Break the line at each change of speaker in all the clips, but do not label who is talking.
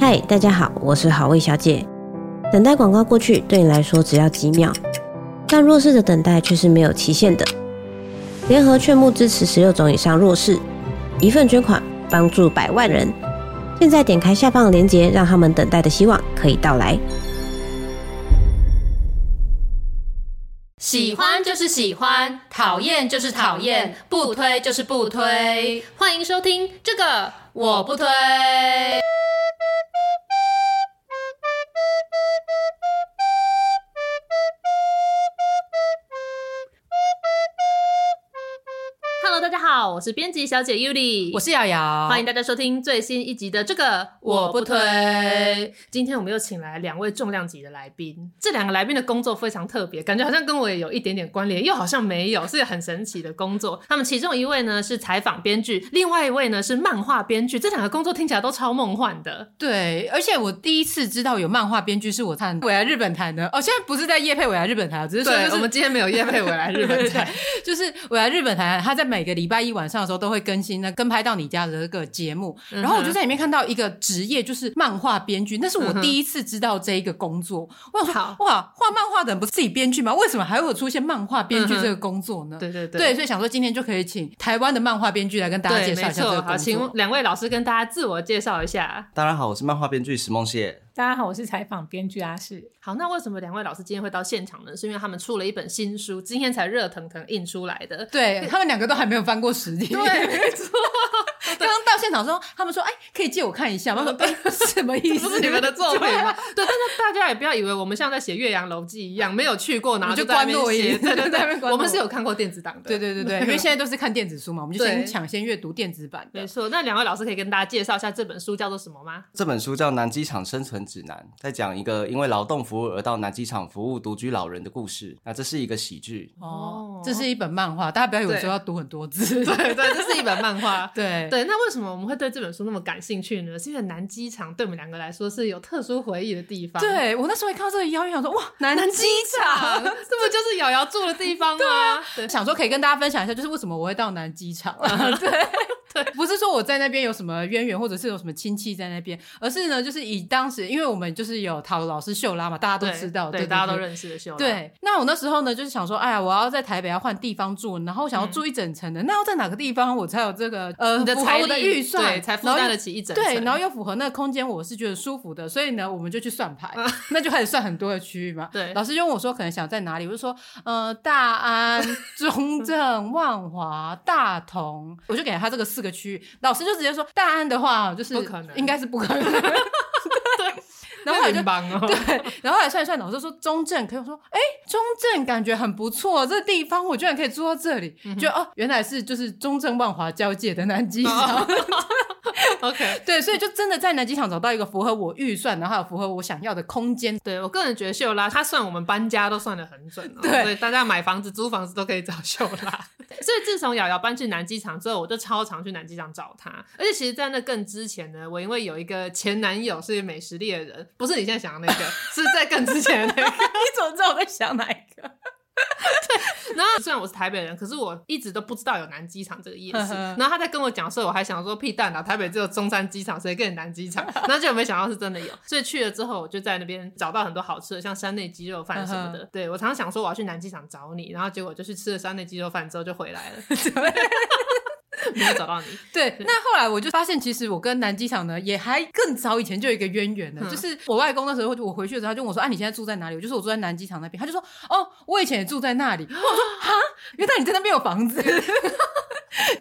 嗨，大家好，我是好味小姐。等待广告过去对你来说只要几秒，但弱势的等待却是没有期限的。联合劝募支持十六种以上弱势，一份捐款帮助百万人。现在点开下方的链接，让他们等待的希望可以到来。
喜欢就是喜欢，讨厌就是讨厌，不推就是不推。欢迎收听这个，我不推。
Hello，大家好，我是编辑小姐 Yuli，
我是瑶瑶，
欢迎大家收听最新一集的这个
我不推。
今天我们又请来两位重量级的来宾，这两个来宾的工作非常特别，感觉好像跟我也有一点点关联，又好像没有，是个很神奇的工作。他们其中一位呢是采访编剧，另外一位呢是漫画编剧，这两个工作听起来都超梦幻的。
对，而且我第一次知道有漫画编剧是我看《我来日本台》的。哦，现在不是在夜配《我来日本台》，只是说
对，
就是
我们今天没有叶佩我来 日本
对
台，
就是《我来日本台》，他在每个礼拜一晚上的时候都会更新那《跟拍到你家》的这个节目。然后我就在里面看到一个职业，就是漫画编剧，那是我
嗯哼
第一次知道这一个工作。我想
好
说，哇，画漫画的人不是自己编剧吗？为什么还会有出现漫画编剧这个工作呢？
对对对。
嗯对，所以想说今天就可以请台湾的漫画编剧来跟大家
对，
介绍
没
一下这个
错。
工
好，
作
请。两位老师跟大家自我介绍一下。
大家好，我是漫画编剧石梦谢。
大家好，我是采访编剧阿世。
好，那为什么两位老师今天会到现场呢？是因为他们出了一本新书，今天才热腾腾印出来的。
对他们两个都还没有翻过实体，对，没 错。 刚刚到现场说，他们说：“哎，可以借我看一下吗？”我说：“ 哎，什么意
这
思？
不是你们的作品
对
吗？对，但是大家也不要以为我们像在写《岳阳楼记》一样，没有去过，然后
你就
在那
关
边
录
写
音
对对
在那边
对，
关
我们
录
是有看过电子档的。
对对对对，因为现在都是看电子书嘛，我们就先
对
抢先阅读电子版
没
的。
错。那两位老师可以跟大家介绍一下这本书叫做什么 吗？
这本书叫《南机场生存指南》，在讲一个因为劳动服务而到南机场服务独居老人的故事。那这是一个喜剧，
哦
哦，
这是一本漫画，大家不要以为说要读很多 字。
对对，这是一本漫画。
对
对，那为什么我们会对这本书那么感兴趣呢？是因为南机场对我们两个来说是有特殊回忆的地方。
对，我那时候一看到这个邀约，想说：“哇，南
南
机
机场，这不 就是瑶瑶住的地 方吗？对啊，对
想说可以跟大家分享一下，就是为什么我会到南机场。 对。对，不是说我在那边有什么渊源，或者是有什么亲戚在那边，而是呢，就是以当时，因为我们就是有塔罗老师秀拉嘛，大家都知道，
对，
对，
大家都
对
认识的秀兰。
对，那我那时候呢，就是想说，哎呀，我要在台北要换地方住，然后我想要住一整层的，那要在哪个地方我才有这个呃
嗯你的
符合
财
我的
力
预算，
对才负
然后
担
又
得起一整
对，
层
然后又符合那个空间，我是觉得舒服的，所以呢，我们就去算牌，那就开始算很多的区域嘛。
嗯 对
老师就问我说，可能想在哪里，我就说，呃，大 安、中正、万华、大同，我就给他这个四个区域。老师就直接说，大安的话就是
不可能
应该是不可 能。对，然后我
很
就
棒哦。
对，然后后来算一算，老师说中正，可以我说，哎，中正感觉很不错，这地方我居然可以住到这里，就哦，原来是就是中正万华交界的南机场，
OK，
对，所以就真的在南机场找到一个符合我预算，然后还有符合我想要的空间。
对我个人觉得秀拉，她算我们搬家都算得很准、哦，
对
所以大家买房子、租房子都可以找秀 拉。所以自从瑶瑶搬去南机场之后，我就超常去南机场找她。而且其实，在那更之前呢，我因为有一个前男友是美食猎人，不是你现在想的那个，是在更之前的那个。
你怎么知道我在想哪一个？
然后虽然我是台北人，可是我一直都不知道有南机场这个夜
呵
市。
呵
然后他在跟我讲的时候，我还想说屁蛋啊，台北只有中山机场，谁跟你南机场？ 然后结果没想到是真的有，所以去了之后，我就在那边找到很多好吃的，像山内鸡肉饭什么的。对我常常想说我要去南机场找你，然后结果就去吃了山内鸡肉饭之后就回 来了， 没有找到你。
对，那后来我就发现，其实我跟南机场呢，也还更早以前就有一个渊源的，
嗯
就是我外公那时候，我回去的时候，他就问我说：“啊，你现在住在哪里？”我就说：“我住在南机场那边。”他就说：“哦，我以前也住在那里。”我说：“哈，原来你在那边有房子。”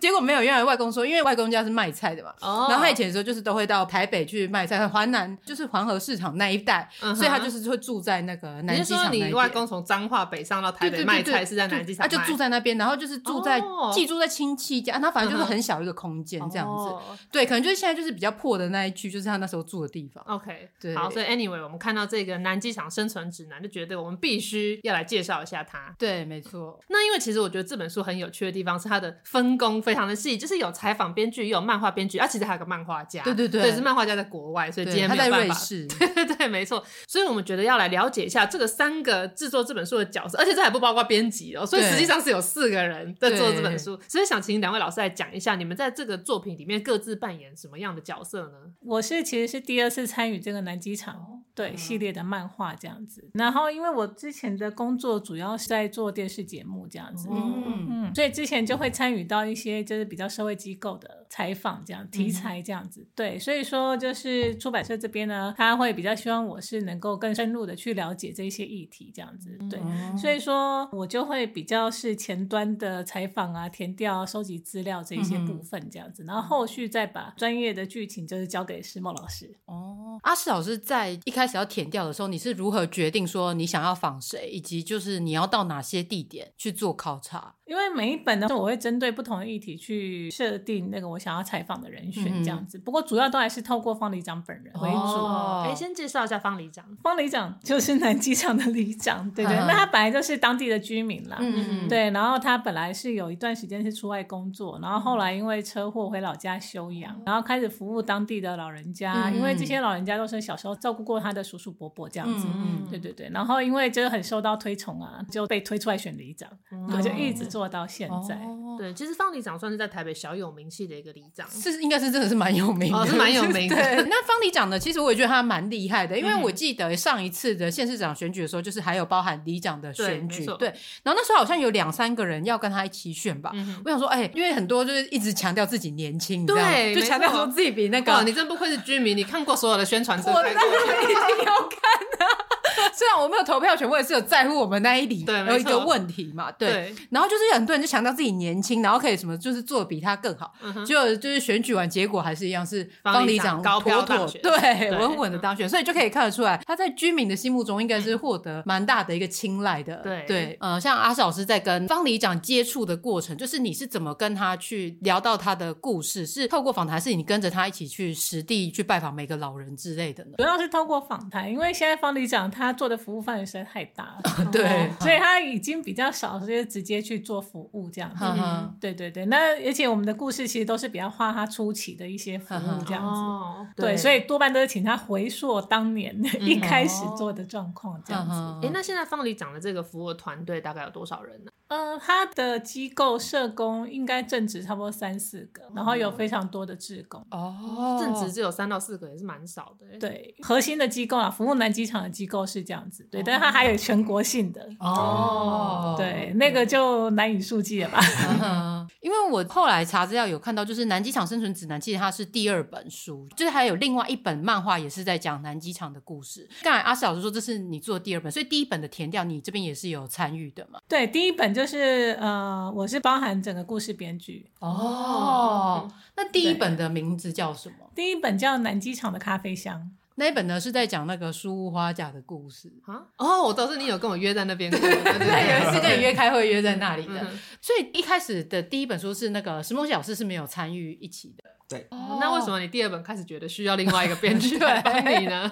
结果没有，原来外公说，因为外公家是卖菜的嘛，
哦
然后他以前的时候就是都会到台北去卖菜，华南就是黄河市场那一带，
嗯哼
所以他就是会住在那个
你
南
是
机场
说
那一
你
边
外公从彰化北上到台北卖菜是在南机场
他就住
在
在那边，然后就是住在、
哦
寄住在亲戚家，他反正就是
嗯哼哦
很小一个空间这样子。对，可能就是现在就是比较破的那一区，就是他那时候住的地方。
OK，
对
好，所以 anyway，我们看到这个南机场生存指南，就觉得我们必须要来介绍一下它。
对，没错，
那因为其实我觉得这本书很有趣的地方是它的分工非常的细，就是有采访编剧，也有漫画编剧，啊，其实还有个漫画家，
对对对
对，是漫画家在国外，所以今
对，
天
他
没
在
有办
瑞
法。
士，
对 对，没错。所以我们觉得要来了解一下这个三个制作这本书的角色，而且这还不包括编辑哦，所以
对
实际上是有四个人在做这
对
本书。所以想请两位老师来讲一下，你们在这个作品里面各自扮演什么样的角色呢？
我是其实是第二次参与这个南机场对系列的漫画这样子，然后因为我之前的工作主要是在做电视节目这样子，
嗯，
嗯，所以之前就会参与到一些就是比较社会机构的采访，这样题材这样子。对，所以说就是出版社这边呢，他会比较希望我是能够更深入的去了解这些议题这样子。对，所以说我就会比较是前端的采访啊、填调、啊、收集资料这一
嗯
些部分这样子，然后后续再把专业的剧情就是交给石墨老师。
哦，阿世老师在一开始要填掉的时候，你是如何决定说你想要访谁，以及就是你要到哪些地点去做考察？
因为每一本呢，我会针对不同的议题去设定那个我想要采访的人
嗯
选这样子。不过主要都还是透过方里长本人为主。
哦
哎，先介绍一下方里长。
方里长就是南机场的里长，对对，
嗯
那他本来就是当地的居民啦。
嗯
对，然后他本来是有一段时间是出外工作，然后后来因为车祸回老家休养，然后开始服务当地的老人家，
嗯
因为这些老人家都是小时候照顾过他的叔叔伯伯这样子，
嗯
对对对，然后因为就是很受到推崇啊，就被推出来选里长，
嗯
然后就一直做到现在。
嗯哦
对，其实方里长算是在台北小有名气的一个里长，
是应该是真的是蛮有名的，
哦是 蛮有名的嗯
对，那方里长呢，其实我也觉得他蛮厉害的，因为我记得上一次的县市长选举的时候，就是还有包含里长的选
对没
举，
错
对。然后那时候好像有两三个人要跟他一起选吧。
嗯
我想说，哎、因为很多就是一直强调自己年轻，你知道吗
对
就强调
没
说
错
自己比那个
哇，你真不愧是居民，你看过所有的宣传车
我
开
当
过
然一定要看啊！ 虽然我没有投票权，我也是有在乎我们那一里
对
有一
没
个
错
问题嘛，对。
对，
然后就是很多人就强调自己年轻，然后可以什么，就是做得比他更好。
嗯哼
结果就是选举完，结果还是一样是
方
方
里
里
长
长
高
妥
票当
妥
选
对
对 嗯
稳稳的当选，所以就可以看得出来，他在居民的心目中应该是获得蛮大的一个青睐的。
对
对，呃，像阿史老师在跟方里长接触的过程，就是你是怎么跟他去聊到他的故事？是透过访谈，还是你跟着他一起去实地去拜访每个老人之类的呢？
主要是透过访谈，因为现在方里长他做的服务范围实在太大了，
哦对
所以他已经比较少就是直接去做服务这
嗯
样子。
哈哈，
对对对，那而且我们的故事其实都是比较画他初期的一些服务这样子。
哦，
对，所以多半都是请他回溯当年一开始
哦
做的状况这样子。
哈
哎，那现在方里长的这个服务团队大概有多少人呢？
嗯、他的机构社工应该正职差不多三四个，然后有非常多的志工。
哦，
正职只有三到四个，也是蛮少的。，
对，核心的机构啊，服务南机场的机构是这样子，对，但是它还有全国性的，
哦，
对，那个就难以数计了吧。
嗯 因为我后来查资料有看到，就是《南机场生存指南》，其实它是第二本书，就是还有另外一本漫画也是在讲南机场的故事。刚才阿四老师说这是你做的第二本，所以第一本的填调你这边也是有参与的嘛？
对，第一本就是呃，我是包含整个故事编剧，
哦，那第一本的名字叫什么？
第一本叫《南机场的咖啡香
那一本呢是在讲那个书屋花架的故事。
啊， 哦，我倒是你有跟我约在那边过，对对
对，有一次跟你
对
约开会约在那里的，
嗯
所以一开始的第一本书是那个石梦喜老师是没有参与一起的。
对
哦
那为什么你第二本开始觉得需要另外一个编剧来帮你呢？》，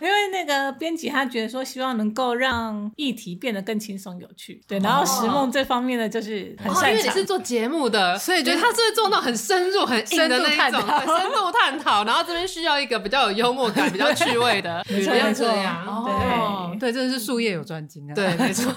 因为那个编辑他觉得说，希望能够让议题变得更轻松有趣，对，然后石梦这方面的就是很
哦，因
擅
为你
长。
是做节目的，
所以就
觉得他是会做那种很深入、很硬的那一
深入
种，
探讨
对深入探讨。然后这边需要一个比较有幽默感、比较趣味的，不
没错
要
没错
这样。
哦
对，
对，真的是术业有专精啊。
对，没 错。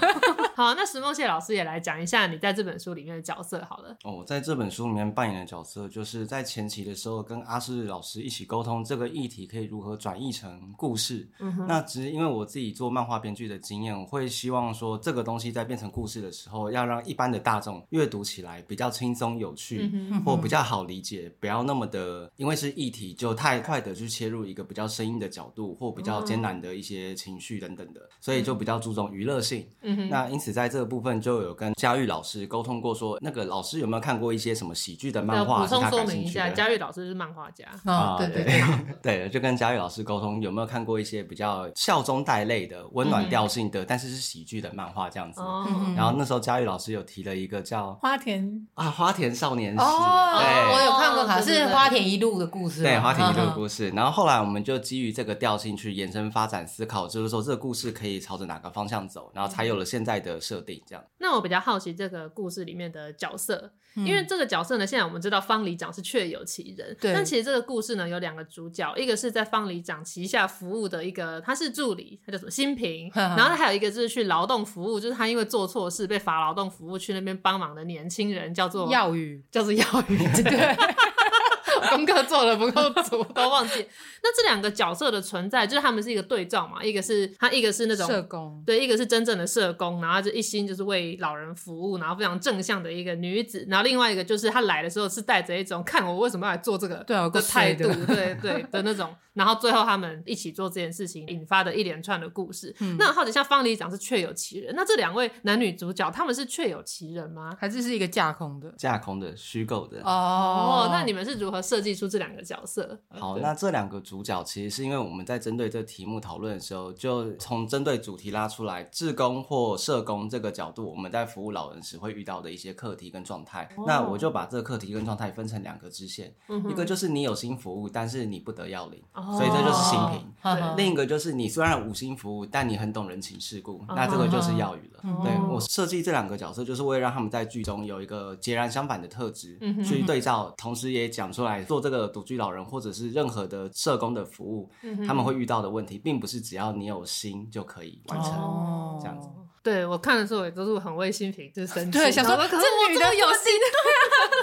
好，那石梦谢老师也来讲一下你在这本书里面的角色好了。
哦，在这本书里面扮演的角色，就是在前期的时候跟阿世老师一起沟通这个议题可以如何转译成故事。那只是因为我自己做漫画编剧的经验，我会希望说这个东西在变成故事的时候，要让一般的大众阅读起来比较轻松有
嗯
趣，或比较好理解，不要那么的因为是议题就太快的去切入一个比较生硬的角度或比较
哦
艰难的一些情绪等等的，所以
嗯
就比较注重娱乐性。那因此在这个部分就有跟佳玉老师沟通过说那个老师有没有看过一些什么喜剧的漫
那
画
补
是
充
他
说
感
明
兴
一
趣
下，
的？
佳玉老师是漫画家，
啊，对对
对 对，就跟佳玉老师沟通有没有看过一些比较笑中带泪的、温暖调性的，但是是喜剧的漫画这样子。
嗯哦，
然后那时候佳玉老师有提了一个叫
花田
啊花田少年史，
哦，
对
我有看过，
哦
卡
对对
是
对
花田一路的故事嘛，
哎
啊
对花田一路
事。
的故事。然后后来我们就基于这个调性去延伸发展思考，就是说这个故故事可以朝着哪个方向走，然后才有了现在的设定。这样，
那我比较好奇这个故事里面的角色，
嗯
因为这个角色呢，现在我们知道方里长是确有其人，
对
但其实这个故事呢有两个主角，一个是在方里长旗下服务的一个，他是助理，他叫什么新平，
哈哈
然后还有一个就是去劳动服务，就是他因为做错事被罚劳动服务去那边帮忙的年轻人，叫做
药 语
叫做药语， 对。功课做的不够足， 都忘记。那这两个角色的存在，就是他们是一个对照嘛，一个是他，一个是那种
社工，
对，一个是真正的社工，然后就一心就是为老人服务，然后非常正向的一个女子，然后另外一个就是她来的时候是带着一种看我为什么要来做这个
对啊有够
的态
衰
度
的，
对对的那种，然后最后他们一起做这件事情引发的一连串的故事。
嗯
那很好奇，像方里长是确有其人，那这两位男女主角他们是确有其人吗？
还是是一个架空的
架空的、虚构的。
哦
那你们是如何设计出这两个角色？
好，那这两个主角其实是因为我们在针对这题目讨论的时候，就从针对主题拉出来，志工或社工这个角度，我们在服务老人时会遇到的一些课题跟状态。那我就把这个课题跟状态分成两个支线，
嗯
一个就是你有心服务，但是你不得要领，
哦
所以这就是心平。
哈
对
哈
另一个就是你虽然五星服务，但你很懂人情世故，
嗯
那这个就是耀宇了。对我设计这两个角色，就是为了让他们在剧中有一个截然相反的特质，
嗯
去对照，同时也讲出来做这个独居老人或者是任何的社工的服务，
嗯
嗯
他们会遇到的问题，并不是只要你有心就可以完成。
哦
这样子
对我看的时候也都是很为心平，就是生气，
对想说
然后可是
这
我
女
真
的
有心，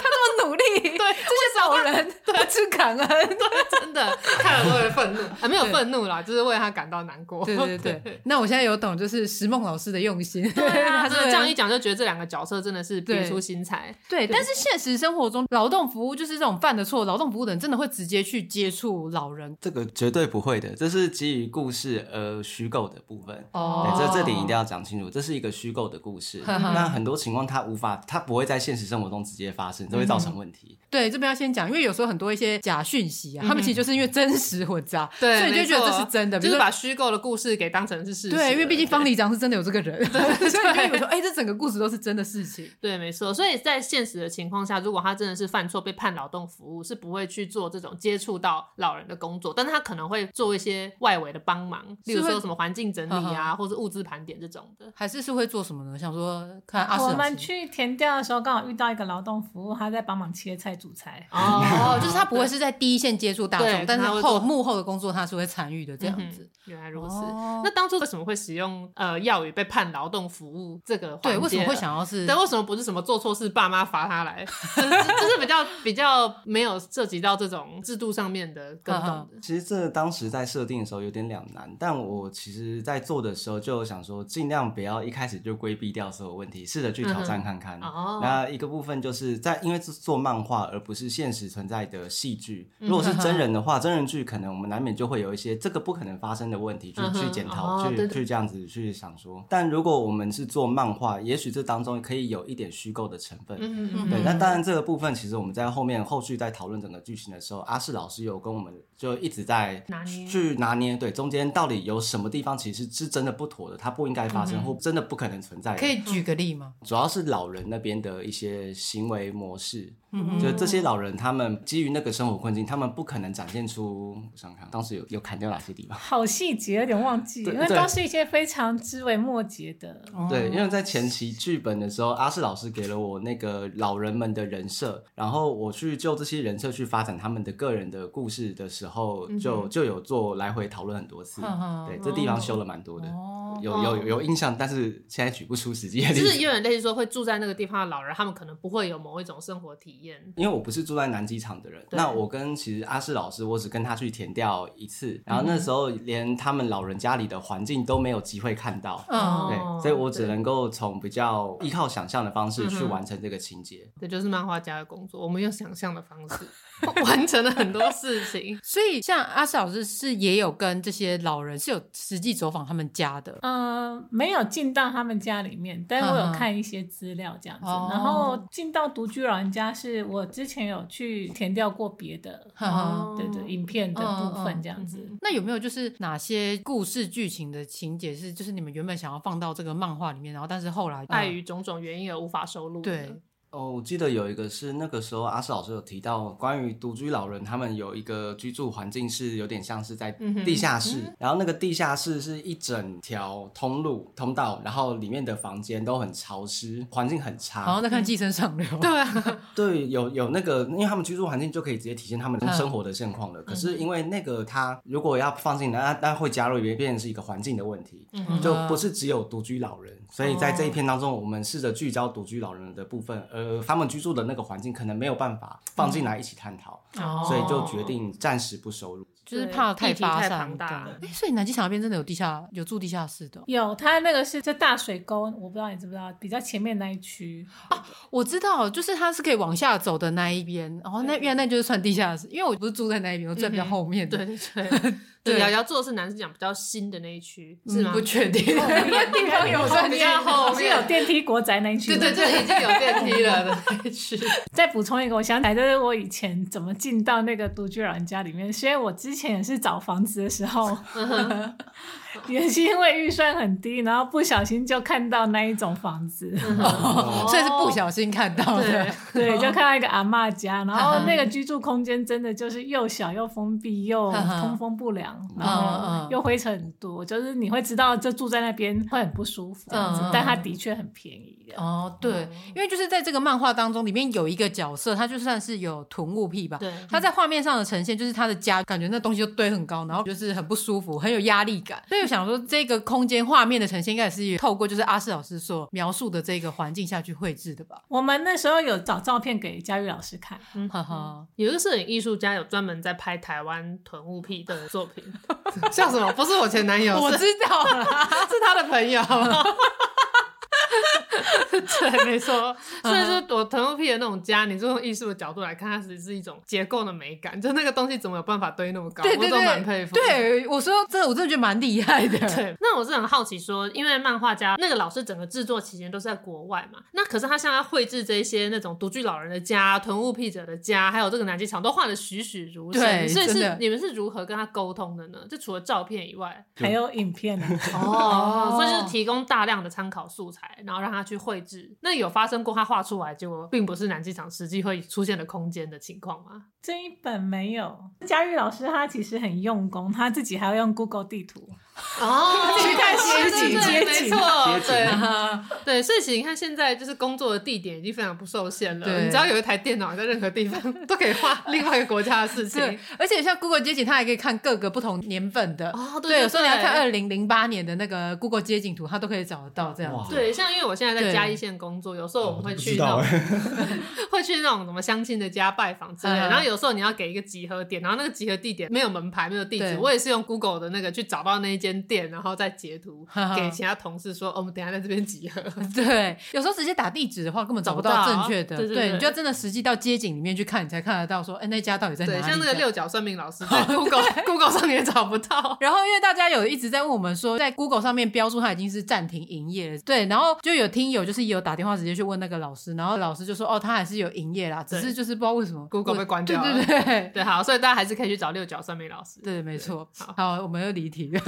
这么努力，对这些老人不知感恩，
真的看了都会愤 怒，啊，没有愤怒啦，就是为他感到难过。
对对 对。那我现在有懂，就是石梦老师的用心，
对啊，真
他真
的这
的
样一讲就觉得这两个角色真的是别
对
出心裁。
对，但是现实生活中，劳动服务就是这种犯的错，劳动服务的人真的会直接去接触老人
这个绝对不会的，这是基于故事而虚构的部分。
哦
对，哎这这点一定要讲清楚，这是一个虚构的故事。那很多情况它无法，它不会在现实生活中直接发生，这会造成问题。
对，这边要先讲，因为有时候很多一些假讯息啊，他们其实就是因为真实混 杂，
对，
所以你就
没
觉得
错
这是真的，比
就
如
是
说
把虚构的故事给当成是事实了。
对，因为毕竟方里长是真的有这个人， 所以你就以为说，哎，这整个故事都是真的事情。
对，没错。所以在现实的情况下，如果他真的是犯错被判劳动服务，是不会去做这种接触到老人的工作，但是他可能会做一些外围的帮忙，例如
会
说什么环境整 理啊，或是物资盘点这种的。
还是是会做什么呢？想说看
啊
阿
我
史老
们
师，
去田调的时候，刚好遇到一个劳动服务，他在帮忙切菜、煮菜。
哦， 就是他不会是在第一线接触大
对
众，但是
他会
后
做嗯
幕后的工作他是会参与的这样子。
原来如此。
哦
那当初为什么会使用呃药语被判劳动服务这个环节
对，为什么会？想要是
对，为什么不是什么做错事爸妈罚他来？就是就是比较比较没有涉及到这种制度上面的更
嗯
动的。
其实这当时在设定的时候有点两难，但我其实在做的时候就有想说，尽量不要一开始就规避掉所有问题，试着去挑战看看。
嗯哼哦
那一个部分就是在因为是做漫画而不是现实存在的戏剧，
嗯
如果是真人的话，真人剧可能我们难免就会有一些这个不可能发生的问题去、
嗯哼
去检讨，
哦对对
去去这样子去想说。但如果我们是做漫画，也许这当中可以有一点虚构的成分，
嗯嗯
对，
嗯，
那当然这个部分，其实我们在后面后续在讨论整个剧情的时候，阿世老师有跟我们就一直在
拿捏
去拿捏，对，中间到底有什么地方其实是真的不妥的，它不应该发
嗯
生或真的不可能存在的。
可以举个例吗？
主要是老人那边的一些行为模式，
嗯
就这些老人他们基于那个生活困境，他们不可能展现出，我想想看，当时有有砍掉哪些地方？
好细节，有点忘记，
对
因为
对
都是一些非常枝微末节的。
对，因为在前期剧本的时候，阿世老师给了我那个老人们的人设，然后我去就这些人设去发展他们的个人的故事的时候，就就有做来回讨论很多次。
嗯哼
对，这地方修了蛮多的，
哦
有有有印象，但是现在举不出实际的例
就是
子。
有点类似说会住在那个地方的老人，他们可能不会有某一种生活体验。
因为我不是住在南机场的人，
对
那我跟其实阿世老师，我只跟他去填掉一次，然后那时候连他们老人家里的环境都没有机会看到，
嗯
对
哦，
所以我只能够从比较依靠想象的方式去完成这个情节。
这就是漫画家的工作，我们用想象的方式完成了很多事情。
所以像阿史老师是也有跟这些老人是有实际走访他们家的，
嗯，没有进到他们家里面，但是我有
嗯哼
看一些资料这样子。
哦
然后进到独居老人家，是我之前有去填掉过别的，
哈哈。
哦
对对，影片的部分这样子。
嗯
那有没有就是哪些故事剧情的情节是，
嗯
就是你们原本想要放到这个漫画里面，然后但是后来
碍于种种原因而无法收录的。
对
哦，我记得有一个是那个时候阿世老师有提到关于独居老人，他们有一个居住环境是有点像是在地下室，然后那个地下室是一整条通路通道，然后里面的房间都很潮湿，环境很差。
好像在看《寄生上流》
对啊，
对，有有那个，因为他们居住环境就可以直接体现他们生活的现况了。可是因为那个他如果要放进来，那那会加入也变成是一个环境的问题，
嗯
嗯
就不是只有独居老人。所以在这一篇当中，我们试着聚焦独居老人的部分，呃，他们居住的那个环境可能没有办法放进来一起探讨，
哦
所以就决定暂时不收入。
就是怕
对议题
发
太
散
庞大了
哎、所以南极场那边真的有地下有住地下室的哦、
有，它那个是在大水沟，我不知道你知不知道，比较前面那一区。
我知道，就是它是可以往下走的那一边，然后那原来那就是算地下室，因为我不是住在那一边，我住在比较后面的，
嗯对对 对嗯
对
对，瑶瑶做的是男生讲比较新的那一区，是吗？哦
不确定，
地方有
算进去后
是
面
有电梯国宅那一区。
对 对，对，已经有 电梯了的那一区。
再补充一个，我想起来，就是我以前怎么进到那个独居老人家里面，是因为我之前也是找房子的时候，
嗯
也是因为预算很低，然后不小心就看到那一种房子，
哦
所以是不小心看到的
对。
哦
对，就看到一个阿嬷家，然后那个居住空间真的就是又小又封闭又
嗯哼
通风不良，
嗯
然后
嗯
又灰尘很多，就是你会知道这住在那边会很不舒服这样子
嗯嗯，
但它的确很便宜的。
哦，对，因为就是在这个漫画当中，里面有一个角色，他就算是有囤物癖吧。
对
他在画面上的呈现就是他的家，感觉那东西就堆很高，然后就是很不舒服，很有压力感。所以我想说，这个空间画面的呈现，应该也是透过就是阿四老师所描述的这个环境下去绘制的吧？
我们那时候有找照片给佳玉老师看，
嗯
哈哈，
有一个摄影艺术家有专门在拍台湾囤物癖的作品， 笑什么？不是我前男友，嗯
我
是
知道了。
是他的朋友。对，没错。所以说，我藤木屁的那种家，你就用艺术的角度来看，它只是一种结构的美感。就那个东西怎么有办法堆那么高？
对对
我都蛮佩，
对
服。
对我说这我真的觉得蛮厉害的。
对，那我是很好奇说，因为漫画家那个老师整个制作期间都是在国外嘛，那可是他像他绘制这些那种独居老人的家、囤物癖者的家，还有这个南极场都画的栩栩如
对
生，所以
真的
是你们是如何跟他沟通的呢？就除了照片以外，
还有影片啊。
哦，所以就是提供大量的参考素材，然后让他去绘制。那有发生过他画出来结果并不是南极场实际会出现的空间的情况吗？
这一本没有。佳玉老师他其实很用功，他自己还要用 Google 地图。
哦，
去看实
对
景
对对
街
没
景
错，
街景
对
呃
啊，对，所以其实你看现在就是工作的地点已经非常不受限了，
对
你只要有一台电脑，在任何地方都可以 画另外一个国家的事
对
情。，
而且像 Google 街景，它还可以看各个不同年份的。
哦对
对，
对
有时候你要看二
对
零零八年的那个 Google 街景图，它都可以找得到这样
哇
子。
对，像因为我现在在
对
嘉义县工作，有时候我们会去
知
那
道
种
哎、
会去那种什么相亲的家拜访之类的，
嗯
然后有时候你要给一个集合点，然后那个集合地点没有门牌，没有地
对
址，我也是用 Google 的那个去找到那一间店，然后再截图
哈哈
给其他同事说，哦我们等一下在这边集合。
对，有时候直接打地址的话，根本找不
找
到
不到
正确的。
对对对
你就要真的实际到街景里面去看，你才看得到说，哎，那家到底在哪
对，
里？
像那个
这样。
六角算命老师 在 Google Google 上也找不到。
然后，因为大家有一直在问我们说，在 Google 上面标注它已经是暂停营业了，对。然后就有听友就是也有打电话直接去问那个老师，然后老师就说，哦，他还是有营业啦，只
对
是就是不知道为什么
Google 被关掉
对
了
对对
对，好，所以大家还是可以去找六角算命老师。
对，没错。
好
好，我们又离题 了。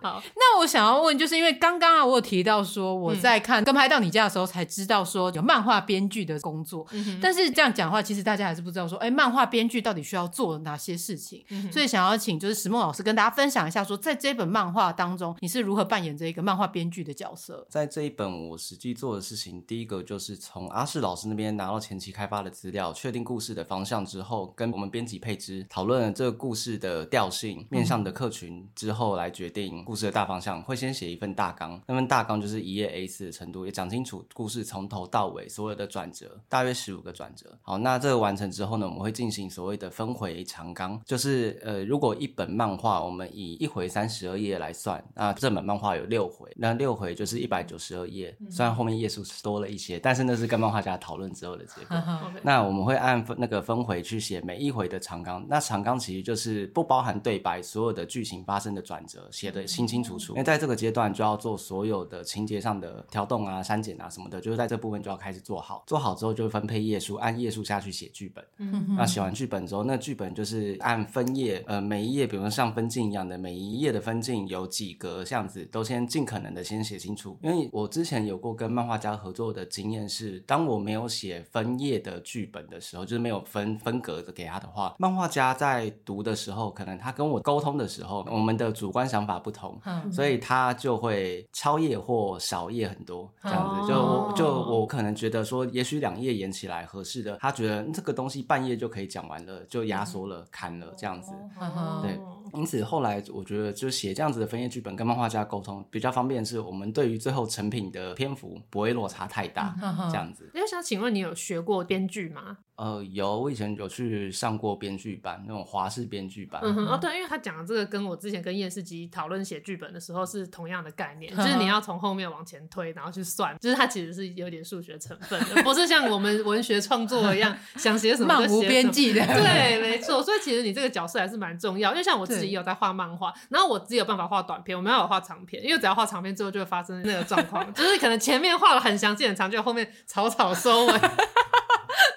好，
那我想要问，就是因为刚刚啊，我有提到说我在看《跟拍到你家》的时候，才知道说有漫画编剧的工作。但是这样讲的话，其实大家还是不知道说，哎、漫画编剧到底需要做哪些事情。所以想要请就是石梦老师跟大家分享一下说在这本漫画当中，你是如何扮演这一个漫画编剧的角色？
在这一本我实际做的事情，第一个就是从阿世老师那边拿到前期开发的资料，确定故事的方向之后，跟我们编辑配置讨论了这个故事的调性、面向的客群之后，来决定故事的大方向。会先写一份大纲，那份大纲就是一页 A 4的程度，也讲清楚故事从头到尾所有的转折，大约十五个转折。好，那这个完成之后呢，我们会进行所谓的分回长纲，就是呃，如果一本漫画我们以一回三十二页来算，那这本漫画有六回，那六回就是一百九十二页，虽然后面页数是多了一些，但是那是跟漫画家讨论之后的结果。
OK
那我们会按分那个分回去写每一回的长纲，那长纲其实就是不包含对白，所有的剧情发生的转折写的清清楚楚。因为在这个阶段就要做所有的情节上的调动啊、删减啊什么的，就是在这部分就要开始做好。做好之后就分配页数，按页数下去写剧本。
嗯
那写完剧本之后，那剧本就是按分页，呃，每一页，比如说像分镜一样的，每一页的分镜有几格这样子，都先尽可能的先写清楚。因为我之前有过跟漫画家合作的经验是，当我没有写分页的剧本的时候，就是没有分 分格的给他的话，漫画家在读的时候，可能他跟我沟通的时候，我们的主观想法不同，
嗯
所以他就会超页或少页很多，这样子、
哦
就就我可能觉得说，也许两页演起来合适的，他觉得嗯这个东西半页就可以讲完了，就压缩了、砍了这样子。
哦
对因此后来我觉得，就写这样子的分页剧本跟漫画家沟通比较方便，是我们对于最后成品的篇幅不会落差太大，
嗯哼
这样子。
因为想请问你有学过编剧吗？
呃，有我以前有去上过编剧班，那种华式编剧班。
嗯哼，哦对，因为他讲的这个跟我之前跟叶世吉讨论写剧本的时候是同样的概念，
嗯
就是你要从后面往前推，然后去算，就是它其实是有点数学成分的，不是像我们文学创作一样想写什么就
漫
写什么
无边。际 的，
对，没错，所以其实你这个角色还是蛮重要，因为像我自己
对
也有在画漫画，然后我自己有办法画短片，我没有办法画长片，因为只要画长片之后就会发生那个状 况，就是可能前面画了很详细很长，就后面草草收 尾，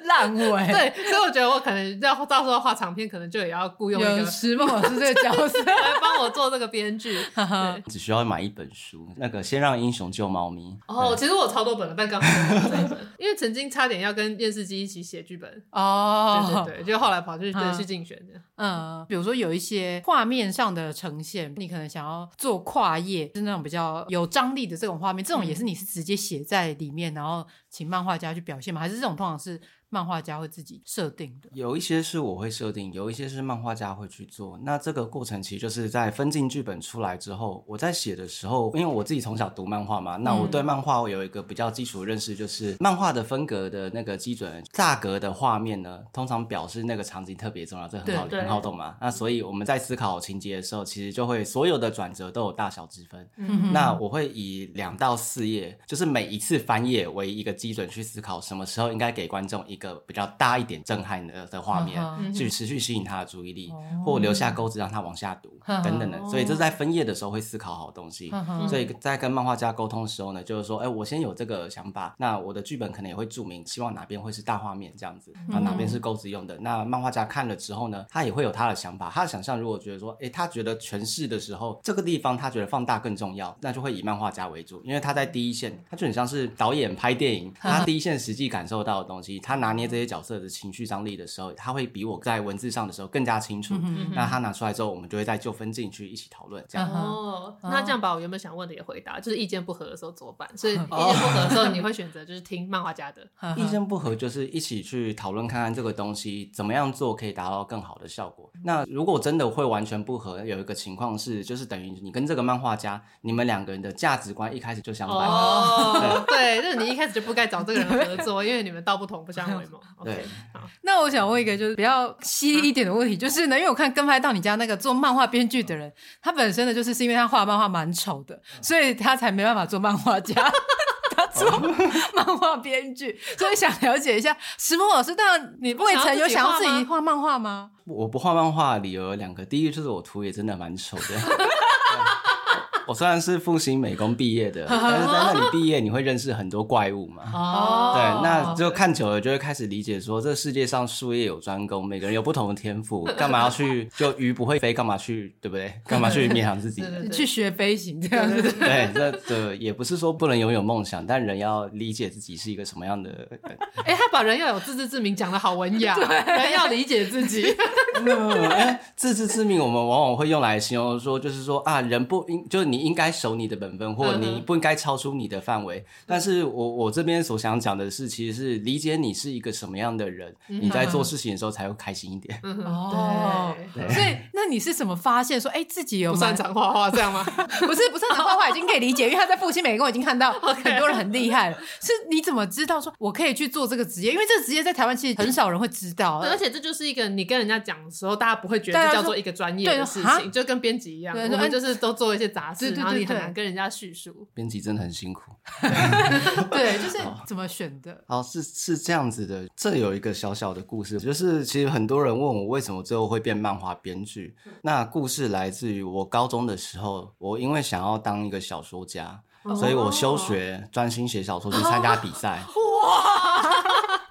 烂尾。
对，所以我觉得我可能要到时候画长片，可能就也要雇佣一
有
个
石梦老师这个角 色，
来帮我做这个编剧。 对
只需要买一本书，那个先让英雄救猫咪。
哦，
对
其实我有超多本了，但刚好没有这一本，因为曾经差点要跟电视机一起写剧本，
哦
对，对对，就后来跑去
嗯
对去竞选这样。
嗯，比如说有一些画面上的呈现，你可能想要做跨页，就是那种比较有张力的这种画面，这种也是你是直接写在里面，然后请漫画家去表现吗？还是这种通常是漫画家会自己设定的？
有一些是我会设定，有一些是漫画家会去做。那这个过程其实就是在分镜剧本出来之后，我在写的时候，因为我自己从小读漫画嘛，那我
嗯
对漫画我有一个比较基础的认识，就是漫画的分格的那个基准，大格的画面呢，通常表示那个场景特别重要，这很好
对对
很好懂嘛。那所以我们在思考情节的时候，其实就会所有的转折都有大小之分。
嗯
那我会以两到四页，就是每一次翻页为一个基准去思考，什么时候应该给观众一个比较大一点震撼的的画面，
嗯
哼
去持续吸引他的注意力，
哦
或留下钩子让他往下读、
嗯哼
等等的。所以这是在分页的时候会思考好东西。
嗯哼
所以在跟漫画家沟通的时候呢，就是说，哎、我先有这个想法，那我的剧本可能也会注明，希望哪边会是大画面这样子，然后哪边是钩子用的。那漫画家看了之后呢，他也会有他的想法，他的想象如果觉得说，哎、他觉得诠释的时候，这个地方他觉得放大更重要，那就会以漫画家为主，因为他在第一线，他就很像是导演拍电影，他第一线实际感受到的东西，他拿捏这些角色的情绪张力的时候，他会比我在文字上的时候更加清楚。
嗯
那他拿出来之后，我们就会在就分镜去一起讨论，这样。
嗯
哦，那这样把我原本想问的也回答，就是意见不合的时候怎么办？所
嗯
以意见不合的时
哦
候，你会选择就是听漫画家的。
意见不合就是一起去讨论看看这个东西怎么样做可以达到更好的效果。那如果真的会完全不合，有一个情况是，就是等于你跟这个漫画家，你们两个人的价值观一开始就相反了。
哦，对，就是你一开始就不该找这个人合作，因为你们道不同不相为 谋。
对
OK，好，
那我想问一个就是比较犀利一点的问题，就是呢，因为我看跟拍到你家那个做漫画编剧的人，他本身呢就是是因为他画漫画蛮丑的，所以他才没办法做漫画家。他做漫画编剧，所以想了解一下石墨老师。当然，你未曾有想要自己画漫画吗？
我不画漫画的理由有两个，第一个就是我图也真的蛮丑的。 对我虽然是复兴美工毕业的，但是在那里毕业，你会认识很多怪物嘛？
哦
对，那就看久了就会开始理解说，这世界上术业有专攻，每个人有不同的天赋，干嘛要去就鱼不会飞，干嘛去对不对？干嘛去勉强自 己？
对对
你
对
去学飞行这样子。
对，这这也不是说不能拥有梦想，但人要理解自己是一个什么样 的。
哎，他把人要有自知之明讲的好文雅，人要理解自己。
哎自知之明，我们往往会用来形容说，就是说啊，人不应，就是你应该守你的本分，或
嗯哼
你不应该超出你的范围。但是我我这边所想讲的是，其实是理解你是一个什么样的人，
嗯
你在做事情的时候才会开心一点。
嗯哼
哦
对
所以，那你是怎么发现说，哎，自己有
不
蛮
擅长画画这 样吗？
不是不是，画画已经可以理解，因为他在复兴美工已经 看到很多人很厉害了。是你怎么知道说我可以去做这个职业？因为这个职业在台湾其实很少人会知道，啊
对而且这就是一个你跟人家讲的时候，大家不会觉得
大家
这
啊说
叫做一个专业
对啊
的事
哈
情，就跟编辑一样，
对
我
说
们
哎
就是都做一些杂
对
事，
对
然后你
对
很
对
难跟人家叙述。
编辑真的很辛苦。
对，就是怎么选的。
好，是是这样子的，这有一个小小的故事，就是其实很多人问我为什么最后会变漫画编剧，那故事来自于我高中的时候，我因为想要当一个小说家，
哦
所以我休学专心写小说去参加比赛。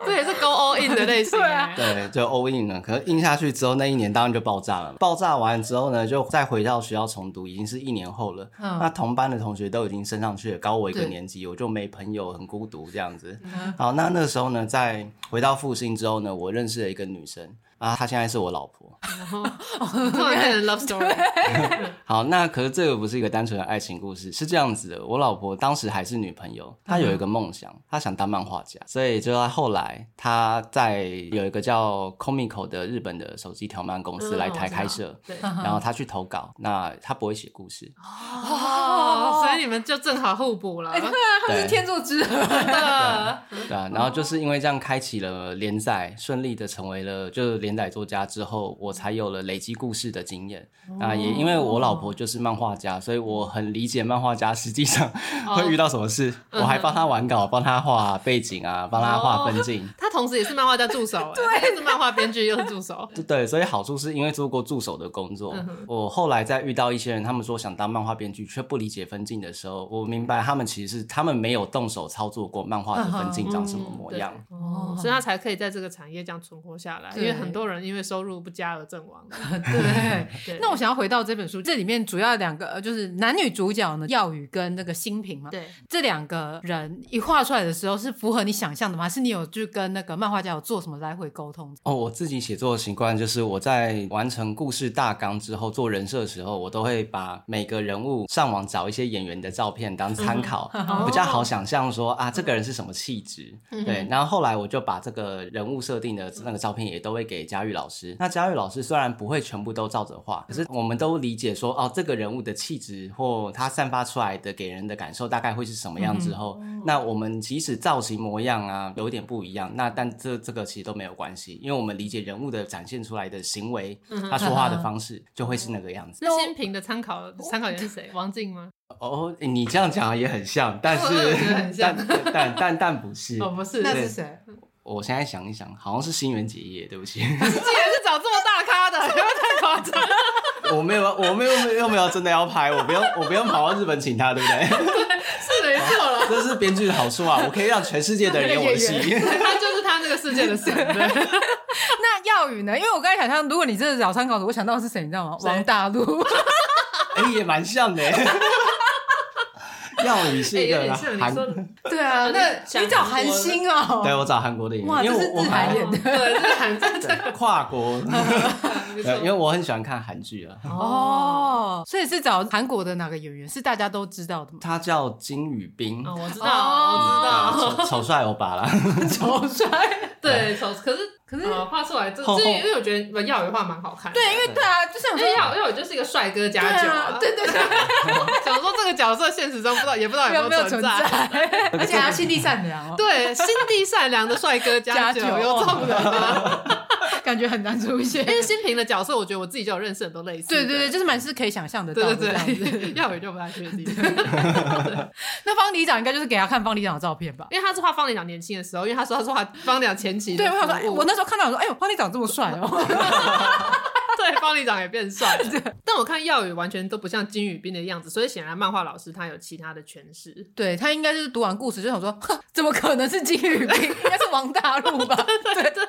这也是 go all in 的类型、
对啊
欸。
对，就 all in 了。可是 in 下去之后，那一年当然就爆炸了。爆炸完之后呢，就再回到学校重读，已经是一年后了。
嗯
那同班的同学都已经升上去了，高我一个
对
年级，我就没朋友，很孤独这样子。
嗯
好，那那个时候呢，在回到复兴之后呢，我认识了一个女生啊，她现在是我老婆。
突然变成 love story，
好，那可是这个不是一个单纯的爱情故事，是这样子的。我老婆当时还是女朋友，她有一个梦想，她想当漫画家，所以就她后来她在有一个叫 Comico 的日本的手机条漫公司
嗯
来
我
台
知
开
道嗯
设，
对，
然后她去投稿，那她不会写故事，
哦，哎所以你们就正好互补了，真
他们是天作之合，
的，
对啊，然后就是因为这样开启了连载，顺利的成为了就是连载作家之后，我才有了累积故事的经验。那也因为我老婆就是漫画家，所以我很理解漫画家实际上
哦
会遇到什么事。
嗯
我还帮他完稿，帮他画背景啊，帮他
哦
画分镜。
他同时也是漫画家助手， 对，他是漫画编剧又是助手，
对，所以好处是因为做过助手的工作，
嗯
我后来再遇到一些人，他们说想当漫画编剧却不理解分镜的时候，我明白他们其实是他们没有动手操作过漫画的分镜长什么模样。
嗯？对哦，所以他才可以在这个产业这样存活下来，因
对
为很多人因为收入不佳而阵亡。
对。
对，
那我想要回到这本书，这里面主要两个呃就是男女主角呢，耀宇跟那个新平嘛，
对
这两个人一画出来的时候是符合你想象的吗？还是你有去跟那个漫画家有做什么来回沟通？
哦，我自己写作的习惯就是我在完成故事大纲之后做人设的时候，我都会把每个人物上网找一些演员的照片当参考，
哼
比较好想象说啊这个人是什么气质。对，然后后来我就把这个人物设定的那个照片也都会给佳玉老师。那佳玉老师虽然不会全部都照着画，可是我们都理解说哦这个人物的气质或他散发出来的给人的感受大概会是什么样之后，那我们即使造型模样啊有一点不一样，那但这这个其实都没有关系，因为我们理解人物的展现出来的行为，他说话的方式就会是那个样子。
那新平的参考参考人是谁？王静吗？
哦，你这样讲也很像，但
我也觉得
是
很像
但但但但 不是。
哦，不是，
那
竟
是
对
谁？
我现在想一想，好像是新垣结衣，对不起，
然是找这么大咖的， 不要太夸张。
我没有，我没有，又没有真的要拍，我不用，我不用跑到日本请他，对不 对？
是没错了，
这是编剧的好处啊，我可以让全世界的人 演我的戏。
他就是他那个世界的神。对
那耀宇呢？因为我刚才想象，如果你真的找参考的，我想到的是谁，你知道吗？
谁
王大陆。
哎、也蛮像的。耀宇 是一
哎
个
有点像
韩
你，说
对啊，那
想
你找韩星 哦。
对我找韩国的演
哇
员，因为
这是
我我
自韩
蛮
演的
哦 对，这是韩真的
对跨国，
没
对因为
错。
我很喜欢看韩剧啊。
哦，所以是找韩国的哪个演员？是大家都知道的吗？
他叫金宇彬，
哦，我知道，
哦
我知道。
对丑丑帅欧巴 啦。
超帅。
对，丑，可是可是画出来这，
后后
这因为我觉得耀宇画蛮好看的。
对，因为对啊，就想
因
说
为。耀耀宇就是一个帅哥
对
加酒
啊，对对对，
想说这个角色现实中不知道也不知道有
有没
没有
有存
在。
在？而且他心地善良哦，
对，心地善良的帅哥加酒
加哦酒
有这种人吗？
感觉很难出现。
因为新平的角色，我觉得我自己就有认识很多类似的。
对对对， 就是蛮是可以想象得到
对
的这样
对
子。
对， 耀宇就不太确定。
那方里长应该就是给他看方里长的照片吧？
因为他是画方里长年轻的时候，因为他说他是画方里长前期的
对，
服
我
务。
想说，哎我那时候看到我说，哎呦，方里长这么帅哦，
对方里长也变帅了。但我看耀宇完全都不像金宇彬的样子，所以显然漫画老师他有其他的诠释。
对他应该就是读完故事就想说，哼怎么可能是金宇 彬？应该是王大陆吧？对对，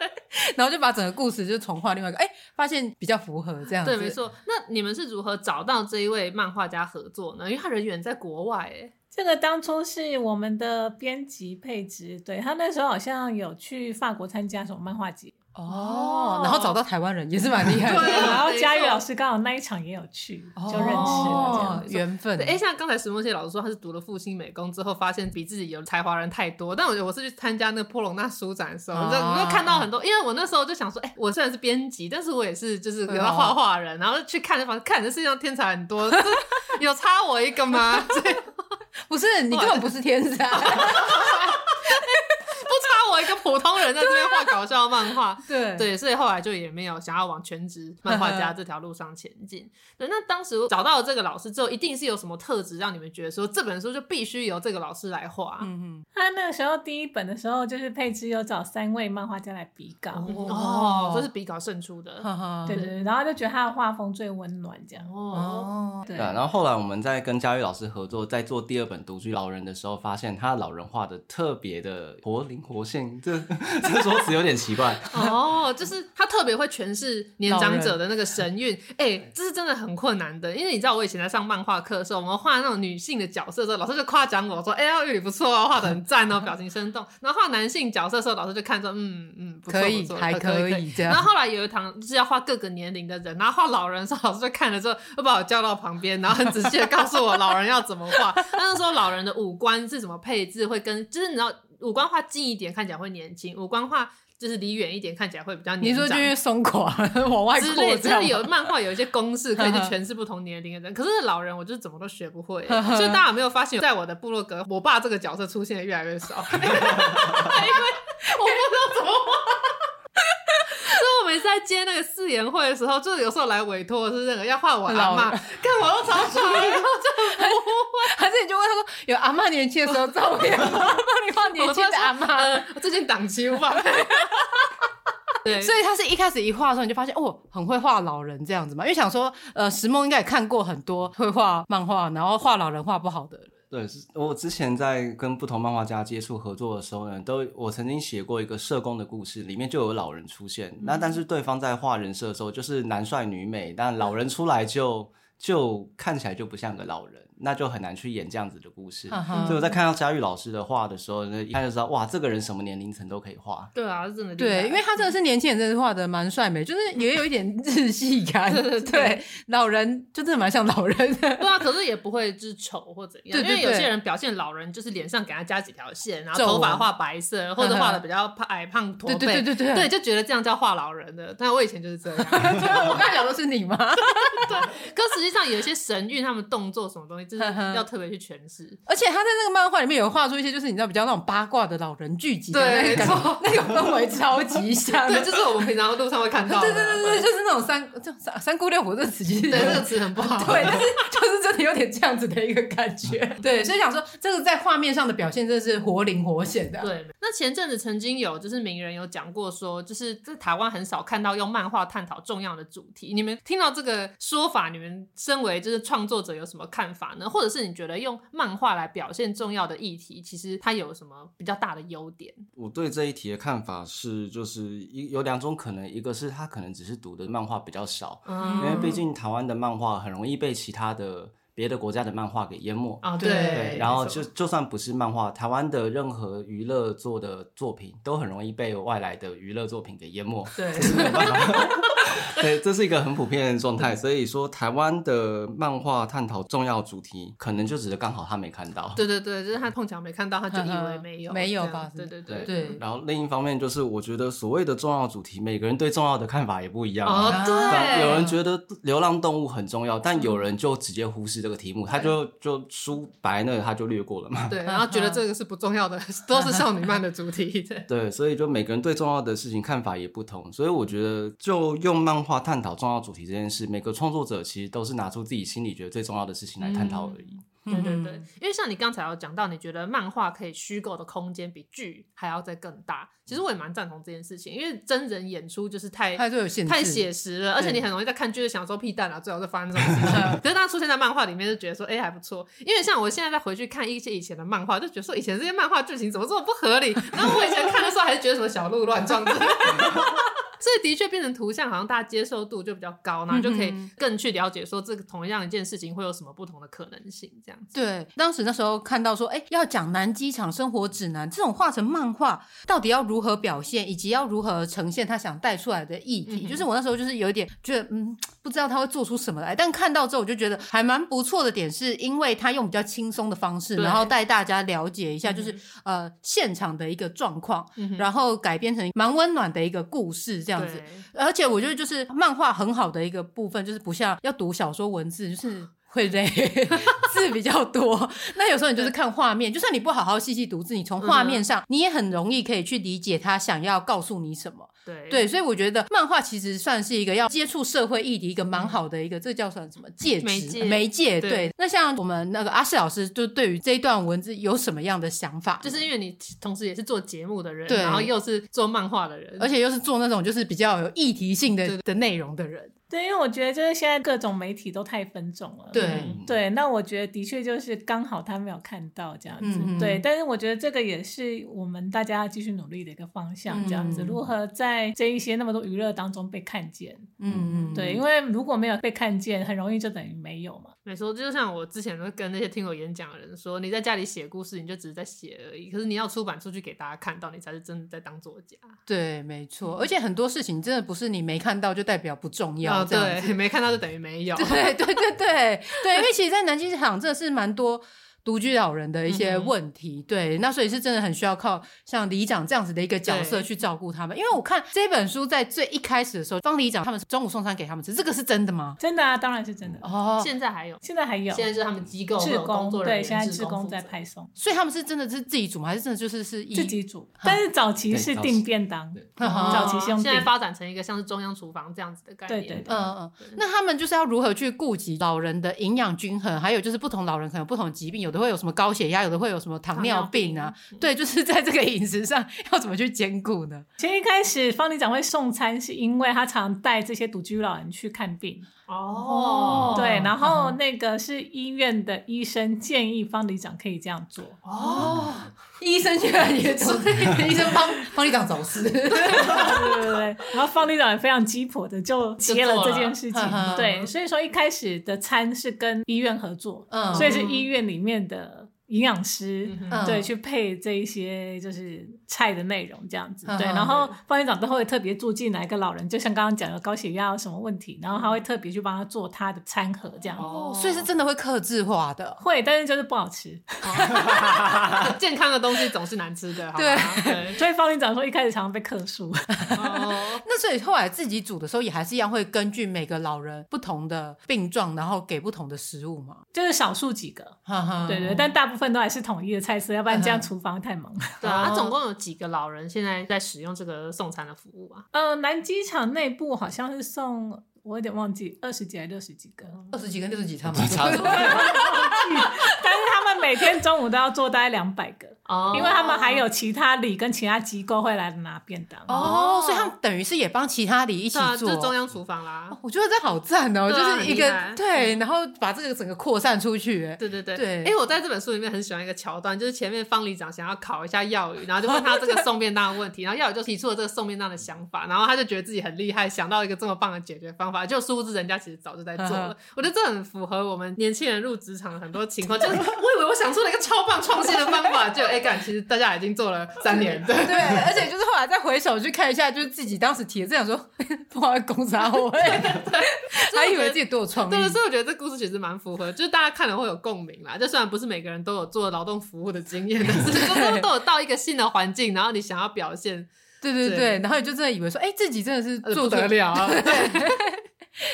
然后就把整个故事就重画另外一个，哎，发现比较符合这样子。
对，没。错。那你们是如何找到这一位漫画家合作呢？因为他人远在国外，哎，
这个当初是我们的编辑配置，对他那时候好像有去法国参加什么漫画节，
哦，然后找到台湾人也是蛮厉害
对
的，
啊
然后
没
佳玉
错
老师刚好那一场也有去，就认识了这样
哦
子。
缘分。
对，哎，像刚才石墨烯老师说，他是读了复兴美工之后，发现比自己有才华人太多。但我觉得我是去参加那个波隆纳书展的时候，
啊
我就我就看到很多，因为我那时候就想说，哎，我虽然是编辑，但是我也是就是
对
给
啊
他画画人，然后去看，反正看这世界上天才很多，这 有差我一个吗？所以
不是你根本不是天才，
不差我一个普通人在这边画搞笑漫画，
对
对，所以后来就也没有想要往全职漫画家这条路上前进。对，那当时找到了这个老师之后，一定是有什么特质让你们觉得说这本书就必须由这个老师来画。
嗯
他那个时候第一本的时候，就是配置有找三位漫画家来比稿，
哦，这是比稿胜出的。
嗯，
对对对，然后就觉得他的画风最温暖，这样。
哦，
哦，
对
对、啊，然后后来我们在跟佳玉老师合作，在做第二本《独居老人》的时候，发现他老人画的特别的活灵活现，这 这说词有点奇怪。
哦，就是他特别会诠释年长者的那个神韵，哎、这是真的很困难的。因为你知道，我以前在上漫画课的时候，我们画那种女性的角色的时候，老师就夸奖我说：“哎、呀，玉里不错哦，画的很赞哦，表情生动。”然后画男性角色的时候，老师就看说：“嗯嗯，不错
可以
不错
还
可
可
可
以这样
然后后来有一堂就是要画各个年龄的人，然后画老人的时候，老师就嗯看了之后，又把我叫到旁边，然后很仔细的告诉我老人要怎么画。 他那时候老人的五官是怎么配置，会跟就是你知道五官画近一点看起来会年轻，五官画。就是离远一点看起来会比较
你
年
说
长。
就因为松垮 往外
之
扩
类，就是
张，
有漫画有一些公式可以去诠释不同年龄的人。可是老人我就是怎么都学不 会，所以大家有没有发现，在我的部落格，我爸这个角色出现的越来越 少，因为我不知道怎么画。所以我每次在接那个誓言会的时候，就是有时候来委托的是那个要画我阿
老
妈，
人
看我都超蠢，然后就
还是你就问他说有阿嬷年轻的时候照片吗？帮你画 年
我
轻的阿嬷。
妈呃最近档期无 法配。对，
所以他是一开始一画的时候，你就发现哦，很会画老人这样子嘛，因为想说，呃，石梦应该也看过很多会画漫画，然后画老人画不好的，
对，是我之前在跟不同漫画家接触合作的时候呢，都我曾经写过一个社工的故事，里面就有老人出现。
嗯
那但是对方在画人设的时候，就是男帅女美，但老人出来就就看起来就不像个老人，那就很难去演这样子的故事。
哈哈
所以我在看到佳玉老师的画的时候呢，一看就知道，哇，这个人什么年龄层都可以画。
对啊，是真的厉害
对，因为他真的是年轻人，真的是画的蛮帅美，就是也有一点日系 感。
对对对
对，老人就真的蛮像老人的，
对啊，可是也不会就是丑或怎样，
对对
因为有
对
些人表现老人就是脸上给他加几条线，然后
皱
头发
纹嗯
画白色，或者画的比较胖矮胖驼
对
背，
对对对对
就觉得这样叫画老人的。但我以前就是 这样，
啊我刚才讲的是你吗？
可实际上有一些神韵，他们动作什么东西，就是
呵呵
要特别去诠释。
而且他在那个漫画里面有画出一些，就是你知道比较那种八卦的老人聚集的那
对，没
个感觉，
错，
那个氛围超级像的。
对，就是我们平常路上会看到的。
对对对对，就是那种三就三三姑六婆这个词，其实
对，这个词很不好。
对，但是 就是真的有点这样子的一个感觉。对，所以想说这个在画面上的表现真的是活灵活现的。啊
对，那前阵子曾经有就是名人有讲过说，就是在台湾很少看到用漫画探讨重要的主题。你们听到这个说法，你们身为就是创作者有什么看法呢？或者是你觉得用漫画来表现重要的议题，其实它有什么比较大的优点？
我对这一题的看法是，就是一有两种可能，一个是他可能只是读的漫画比较少，因为
嗯
毕竟台湾的漫画很容易被其他的别的国家的漫画给淹没。
啊，
对
对，
然后
没错
就就算不是漫画，台湾的任何娱乐做的作品都很容易被外来的娱乐作品给 淹没。
对，
对，这是一个很普遍的状态。所以说，台湾的漫画探讨重要主题，可能就只是刚好他没看到。
对对对，就是他碰巧没看到，他就以为没有，
没有
这样
吧
对对对
对
对
然后另一方面就是，我觉得所谓的重要主题，每个人对重要的看法也不一样啊、
哦，
对
对
对，
有人觉得流浪动物很重要，但有人就直接忽视这个题目，他就就书白那个他就略过了嘛。
对，然后觉得这个是不重要 的，都是少女漫的主题，对。
对，所以就每个人对重要的事情看法也不同，所以我觉得就用漫画探讨重要主题这件事，每个创作者其实都是拿出自己心里觉得最重要的事情来探讨而已。
嗯
对对对，因为像你刚才有讲到，你觉得漫画可以虚构的空间比剧还要再更大。其实我也蛮赞同这件事情，因为真人演出就是太
它就有限制，
太写实了，而且
对
你很容易在看剧就想说屁蛋啊，最好是发生这种事情。 可是它出现在漫画里面，就觉得说，哎、还不错。因为像我现在再回去看一些以前的漫画，就觉得说以前这些漫画剧情怎么这么不合理？然后我以前看的时候还是觉得什么小鹿乱撞之类的。 所以的确变成图像，好像大家接受度就比较高，然后就可以
嗯哼
更去了解说这个同样一件事情会有什么不同的可能性，这样子。
对，当时那时候看到说，哎，要讲南机场生活指南这种画成漫画，到底要如何表现，以及要如何呈现他想带出来的议题，
嗯哼
就是我那时候就是有一点觉得，嗯，不知道他会做出什么来。但看到之后，我就觉得还蛮不错的点，是因为他用比较轻松的方式，
对
然后带大家了解一下，就是
嗯、
呃现场的一个状况，
嗯哼
然后改编成蛮温暖的一个故事这样
对
子。而且我觉得就是漫画很好的一个部分，就是不像要读小说文字，就是会累， 字比较多。 那有时候你就是看画面，就算你不好好细细读字，你从画面
嗯
上、你也很容易可以去理解他想要告诉你什么。
对
对，所以我觉得漫画其实算是一个要接触社会议题一个蛮好的一个，这叫算什么介质
媒介
媒介
对
对。那像我们那个阿世老师，就对于这一段文字有什么样的想法？
就是因为你同时也是做节目的人，
对
然后又是做漫画的人，
而且又是做那种就是比较有议题性的
对
的内容的人，
对，因为我觉得就是现在各种媒体都太分众了。
对
嗯
对，那我觉得的确就是刚好他没有看到这样子，
嗯嗯
对。但是我觉得这个也是我们大家要继续努力的一个方向，这样子、
嗯
如何在这一些那么多娱乐当中被看见？
嗯
对，因为如果没有被看见，很容易就等于没有嘛。
没错，就像我之前都跟那些听我演讲的人说，你在家里写故事，你就只是在写而已。可是你要出版出去给大家看到，你才是真的在当作家。
对，没错，而且很多事情真的不是你没看到就代表不重要，
哦，
这样子。
对，没看到就等于没有。
对对对对对，因为其实，在南京市场真的是蛮多独居老人的一些问题，对，那所以是真的很需要靠像里长这样子的一个角色
对
去照顾他们。因为我看这本书在最一开始的时候，方里长他们中午送餐给他们吃，这个是真的吗？
真的啊，当然是真的。
哦，
现在还有，
现在还 有
现在是他们机构会
志
有工
工，
作人
对，
员，
现在
志
志工
负责
在派送，
所以他们是真的是自己煮吗？还是真的就是是以
自己煮，但是早期
对
是
早
订
期
便当，
对
哦
早期是用
现
订
在。发展成一个像是中央厨房这样子的概念。
对对对
嗯嗯，那他们就是要如何去顾及老人的营养均衡，还有就是不同老人可能有不同的疾病，有的会有什么高血压，有的会有什么糖尿病啊，对，就是在这个饮食上要怎么去兼顾呢？
其实一开始方里长会送餐，是因为他常带这些独居老人去看病，
哦，
对，然后那个是医院的医生建议方里长可以这样做，
哦，医生居然也懂， 医生帮帮你长找事，
对对对。然后方里长也非常鸡婆的就接了这件事
就做了呵嗯呵
情，对，所以说一开始的餐是跟医院合作，
嗯
所以是医院里面的营养师。
嗯
嗯
对，去配这一些就是菜的内容这样子，
嗯
对，
嗯
然后方院长都会特别注记哪一个老人，就像刚刚讲的高血压有什么问题，然后他会特别去帮他做他的餐盒这样，
哦
所以是真 的会克制化的。
会，但是就是不好吃，
健康的东西总是难吃的，好吗
对
对，
所以方院长说一开始常常被克数，
哦，
那所以后来自己煮的时候，也还是一样会根据每个老人不同的病状，然后给不同的食物嘛。
就是少数几个，
哈哈，
对对，但大部分都还是统一的菜色，要不然这
嗯
样厨房会太忙。
对啊，
哦
他总共有几个老人现在在使用这个送餐的服务啊？
呃，南机场内部好像是送，我有点忘记二十几还是六十几个，
二十几跟六十几他们
警察
但是他们每天中午都要做大概两百个，
哦
因为他们还有其他里跟其他机构会来拿便当。
哦，所以他们等于是也帮其他里一起
对啊，就
做哦
是中央厨房啦。
啊我觉得这好赞哦、
对啊
就是
很
一
厉
个
害
对，然后把这个整个扩散出去、哎
对对对，
对
哎、我在这本书里面很喜欢一个桥段，就是前面方里长想要考一下耀宇，然后就问他这个送便当的问题，然后 耀宇就提出了这个送便当的想法，然后他就觉得自己很厉害，想到一个这么棒的解决方法，就殊不知人家其实早就在做
嗯
了。我觉得这很符合我们年轻人入职场的很多情况，就是我以为我想出了一个超棒创新的方法，就哎干、其实大家已经做了三年，对。
对，而且就是后来再回首去看一下，就是自己当时提的这样说，不好意思，攻杀我，哎 还以为自己多有创意
对，所以我觉得这故事其实蛮符合，就是大家看了会有共鸣啦。就虽然不是每个人都有做劳动服务的经验，但是就是都有到一个新的环境，然后你想要表现，
对对
对
对，然后你就真的以为说，哎、自己真的是
呃
做
不得
出，
了啊。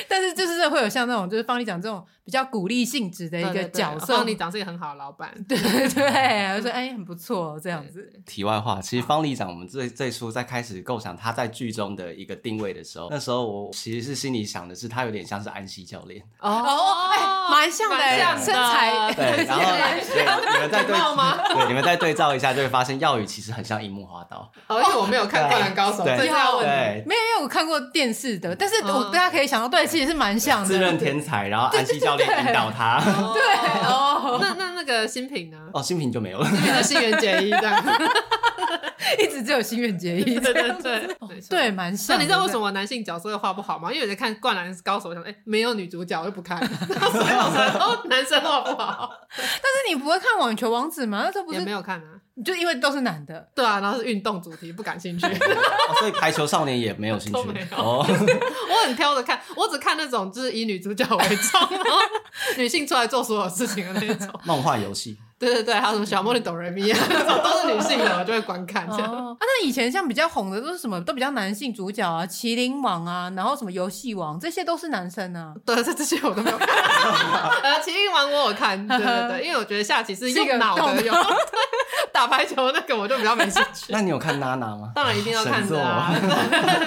但是就是真的会有像那种就是方丽讲这种比较鼓励性质的一
对
个
对对
角色，
方你嗯长是一个很好的老板，
对对对，我说哎、很不错这样子，
题外话，其实方里长，我们最最初在开始构想他在剧中的一个定位的时候，那时候我其实是心里想的是，他有点像是安西教练，
哦哎蛮像的哎
蛮像
身材
对， 然后对你们再对
感冒吗
对，你们再对照一下，就会发现耀宇其实很像樱木花道，
而哦且我没有看《灌篮高手》，
对
这是要问
对，
没有，因为我看过电视的，但是我
嗯
大家可以想到，对，其实是蛮像
自认
的。
天才，然后安西教练引导他。
对
哦，
那那那个新品呢？
哦，新品就没 有了。
新品的新垣结衣这 样，
一直只有心愿结衣
对，对对对
对，。蛮像
那
的。
你知道为什
对
么男性角色会画不好吗？因为我在看《灌篮高手》，我想哎、没有女主角我就不看， 所以我 说哦，男生画不好，
但是你不会看网球王子吗？那时候不
也
是
没有看啊。
就因为都是男的，
对啊，然后是运动主题，不感 兴趣。
哦所以排球少年也没有兴
都没
趣
有
哦。
我很挑着看，我只看那 哦种就是以女主角为重，然后女性出来做所有事情的那种。
漫画游戏
对对对，还有什么小茉莉、哆瑞咪 啊，那种都是女性 的，我就会观看这样。
哦，啊，那以前像比较红的都是什么？都比较男性主角啊，麒麟王啊，然后什么游戏王，这些都是男生啊。
对，这这些我都没有 看。呃，奇异王我有看，对对对，因为我觉得下棋是
是一个
用脑
动
的，
的
有 打排球那个我就比较没兴趣。
那你有看娜娜吗？
当然一定要看的啊，
神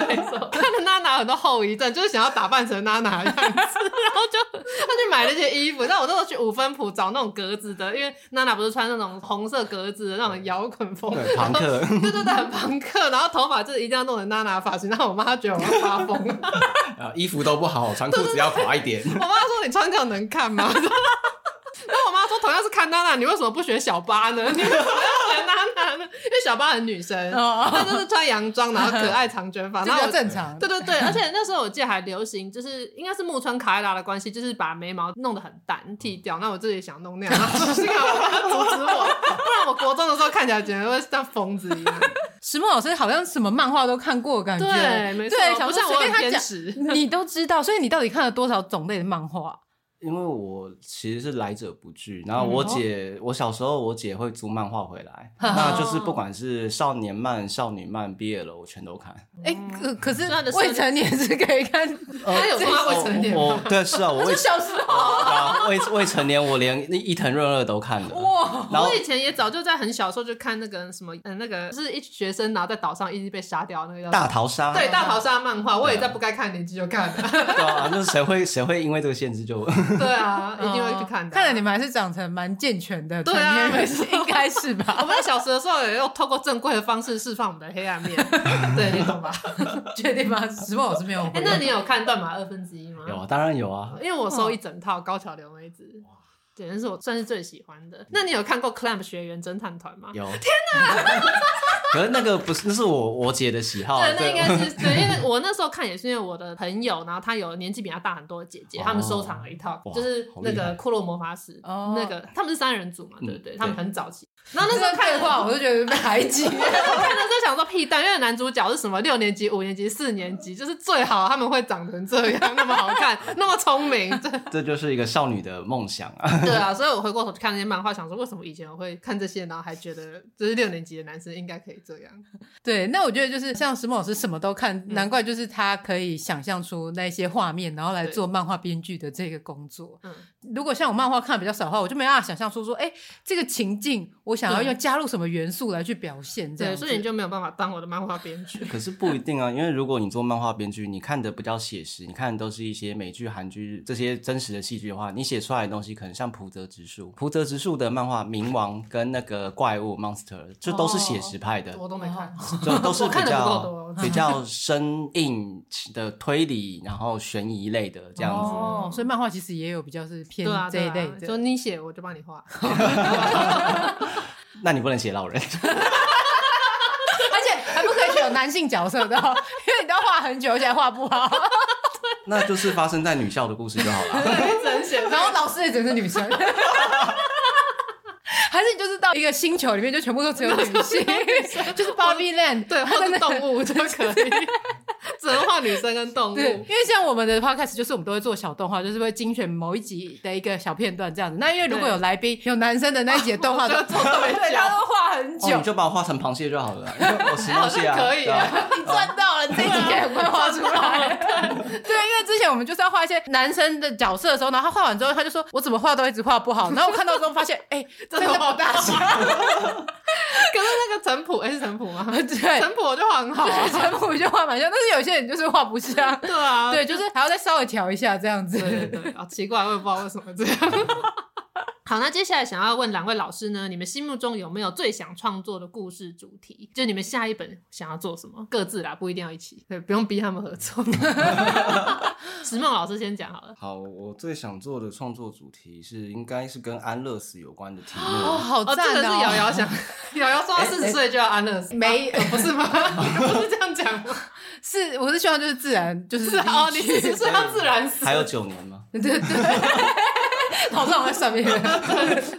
没错， 看了娜娜很多后遗症，就是想要打扮成娜娜的样子，然后就他去买那些衣服，但我那时候去五分铺找那种格子的，因为娜娜不是穿那种红色格子的那种摇滚风，
对，庞克
对对对，很朋克，然后头发就是一定要弄成娜娜发型，然后我妈觉得我要 发疯，我
呃，衣服都不好，穿裤子要垮一点。
妈说你穿这样能看吗？ 然后我妈说，同样是看娜娜，你为什么不学小八呢？ 你为什么要学娜娜呢？因为小八很女生，
哦，
她就是穿洋装，然后可爱长卷 发，
这
然
比
后
较
我
正常。
对对对，而且那时候我记得还流行，就是应该是木村卡伊拉的关系，就是把眉毛弄得很淡剃掉。那我自己想弄那样，然 后幸好我妈阻止我，不然我国中的时候看起来简直会像疯子一样。
石墨老师好像什么漫画都看过，感觉
对，没错，
对，
不
想说
像
随
我
便
很
他
偏
讲，
执。
你都知道，所以你到底看了多少种类的漫画？
因为我其实是来者不拒，
嗯
然后我姐，我小时候我姐会租漫画回来，那就是不管是少年漫、少女漫、毕业了，我全都看。
哎，可可
所
是
以嗯他的
未成年是可 以看，
他有说他未成年
我
吗？
哦对是啊，我未
就小时候
啊未未成年，我连伊藤润二都看了。
哇，
然后
我以前也早就在很小的时候就看那个什么，嗯，那个就是一群学生，然后在岛上一直被杀掉那个叫
大逃杀，
对大逃杀啊漫画，我也在不该看年纪就看的，
对啊，就是谁会谁会因为这个限制就
对啊，一定会去看的。
哦看来你们还是长成蛮健全的成
对啊
年人，
没错
应该是
我
吧？
们在小时的时候也有透过正规的方式释放我们的黑暗 面，对你懂吧？
确定吗？石墨老师没有回
哎、
答。
那你有看《断码二分之一》吗？
有啊，当然有啊，
因为我收一整套高桥留美子，对，那是我算是最喜欢的。那你有看过《Clamp 学员侦探团》吗？
有。天哪！可是那个不是，那是我我姐的喜好。啊
对，那应该是对，因为我那时候看也是因为我的朋友，然后他有年纪比他大很多的姐姐，
哦
他们收藏了一套，
哇
就是那
好厉
个
害
《骷髅魔法使》
哦
那个，他们是三人组嘛，
嗯
对不对？
对
他们很早期，然后那
那
时候
时候
看
看
的
的
话，
话，
我
我就觉得被排挤。
我看的时候想说屁蛋，因为男主角是什么六年级、五年级、四年级，就是最好他们会长成这样，那么好看，那么聪明，对
这就是一个少女的梦想 啊！
对啊，所以我回过头去看那些漫画，想说为什么以前我会看这些，然后还觉得就是六年级的男生应该可以这样。
对，那我觉得就是像石墨老师什么都看，
嗯
难怪就是他可以想象出那些画面，然后来
对
做漫画编剧的这个工作。
嗯，
如果像我漫画看的比较少的话，我就没办法想象出说，哎，这个情境我想要
对
用加入什么元素来去表现这样
对，
子。
所以你就没有办法当我的漫画编剧。
可是不一定啊，因为如果你做漫画编剧，你看的比较写实，你看的都是一些美剧、韩剧这些真实的戏剧的话，你写出来的东西可能像浦泽直树，浦泽直树的漫画《冥王》跟那个怪物 Monster，这都是写实派的。
我都没看，
就都是
哦我看
比
得不够多
较比较生硬的推理，然后悬疑类的这样子。
哦，所以漫画其实也有比较是偏
对啊，
这
对
一类
啊，就
的。
你写我就帮你画，
那你不能写老人，
而且还不可以选有男性角色的、哦， 因为你都要画很久，而且还画不好，
那就是发生在女校的故事就好 了。啊
只能写。
然后老师也只是女生。 还是你就是到一个星球里面，就全部都只有女 性，就是 Barbie Land，
对，或者动物就可 以，只能画女生跟动物。
对，因为像我们的 podcast，就是我们都会做小动画，就是会精选某一集的一个小片段这样子。那因为如果有来宾有男生的那一集的动 画，
就做特别
对，他都画很久
哦，，你就把我画成螃蟹就好了，因为我食肉蟹 啊，
好像可以
对啊
你赚到了，你这一集也很会画出 来。对，因为之前我们就是要画一些男生的角色的时候，然后他画完之后，他就说：“我怎么画都一直画不好。”然后我看到之后发现，哎， 真的好大声。
可是那个陈普，哎、是陈普吗？
对，
陈普我就画很好、啊。
陈普就画蛮像，但是有些人就是画不像。
对啊，
对，就是还要再稍微调一下这样子。
对对对，啊，奇怪，我也不知道为什么这样。 好，那接下来想要问两位老师呢，你们心目中有没有最想创作的故事主题？就你们下一本想要做什么？各自啦，不一定要一起，对，不用逼他们合 作。石梦老师先讲好了。
好，我最想做的创作主题是应该是跟安乐死有关的题
哦，
目。
好
哦，这
赞
个是
哦！
瑶瑶想，瑶瑶 说她四十岁就要安乐死，
没
啊不是吗？ 你不是这样讲吗？
是，我是希望就是 自然，就是
是啊哦，你
离去
四十岁要自然死
还，有九年吗？
对对，头上还算命，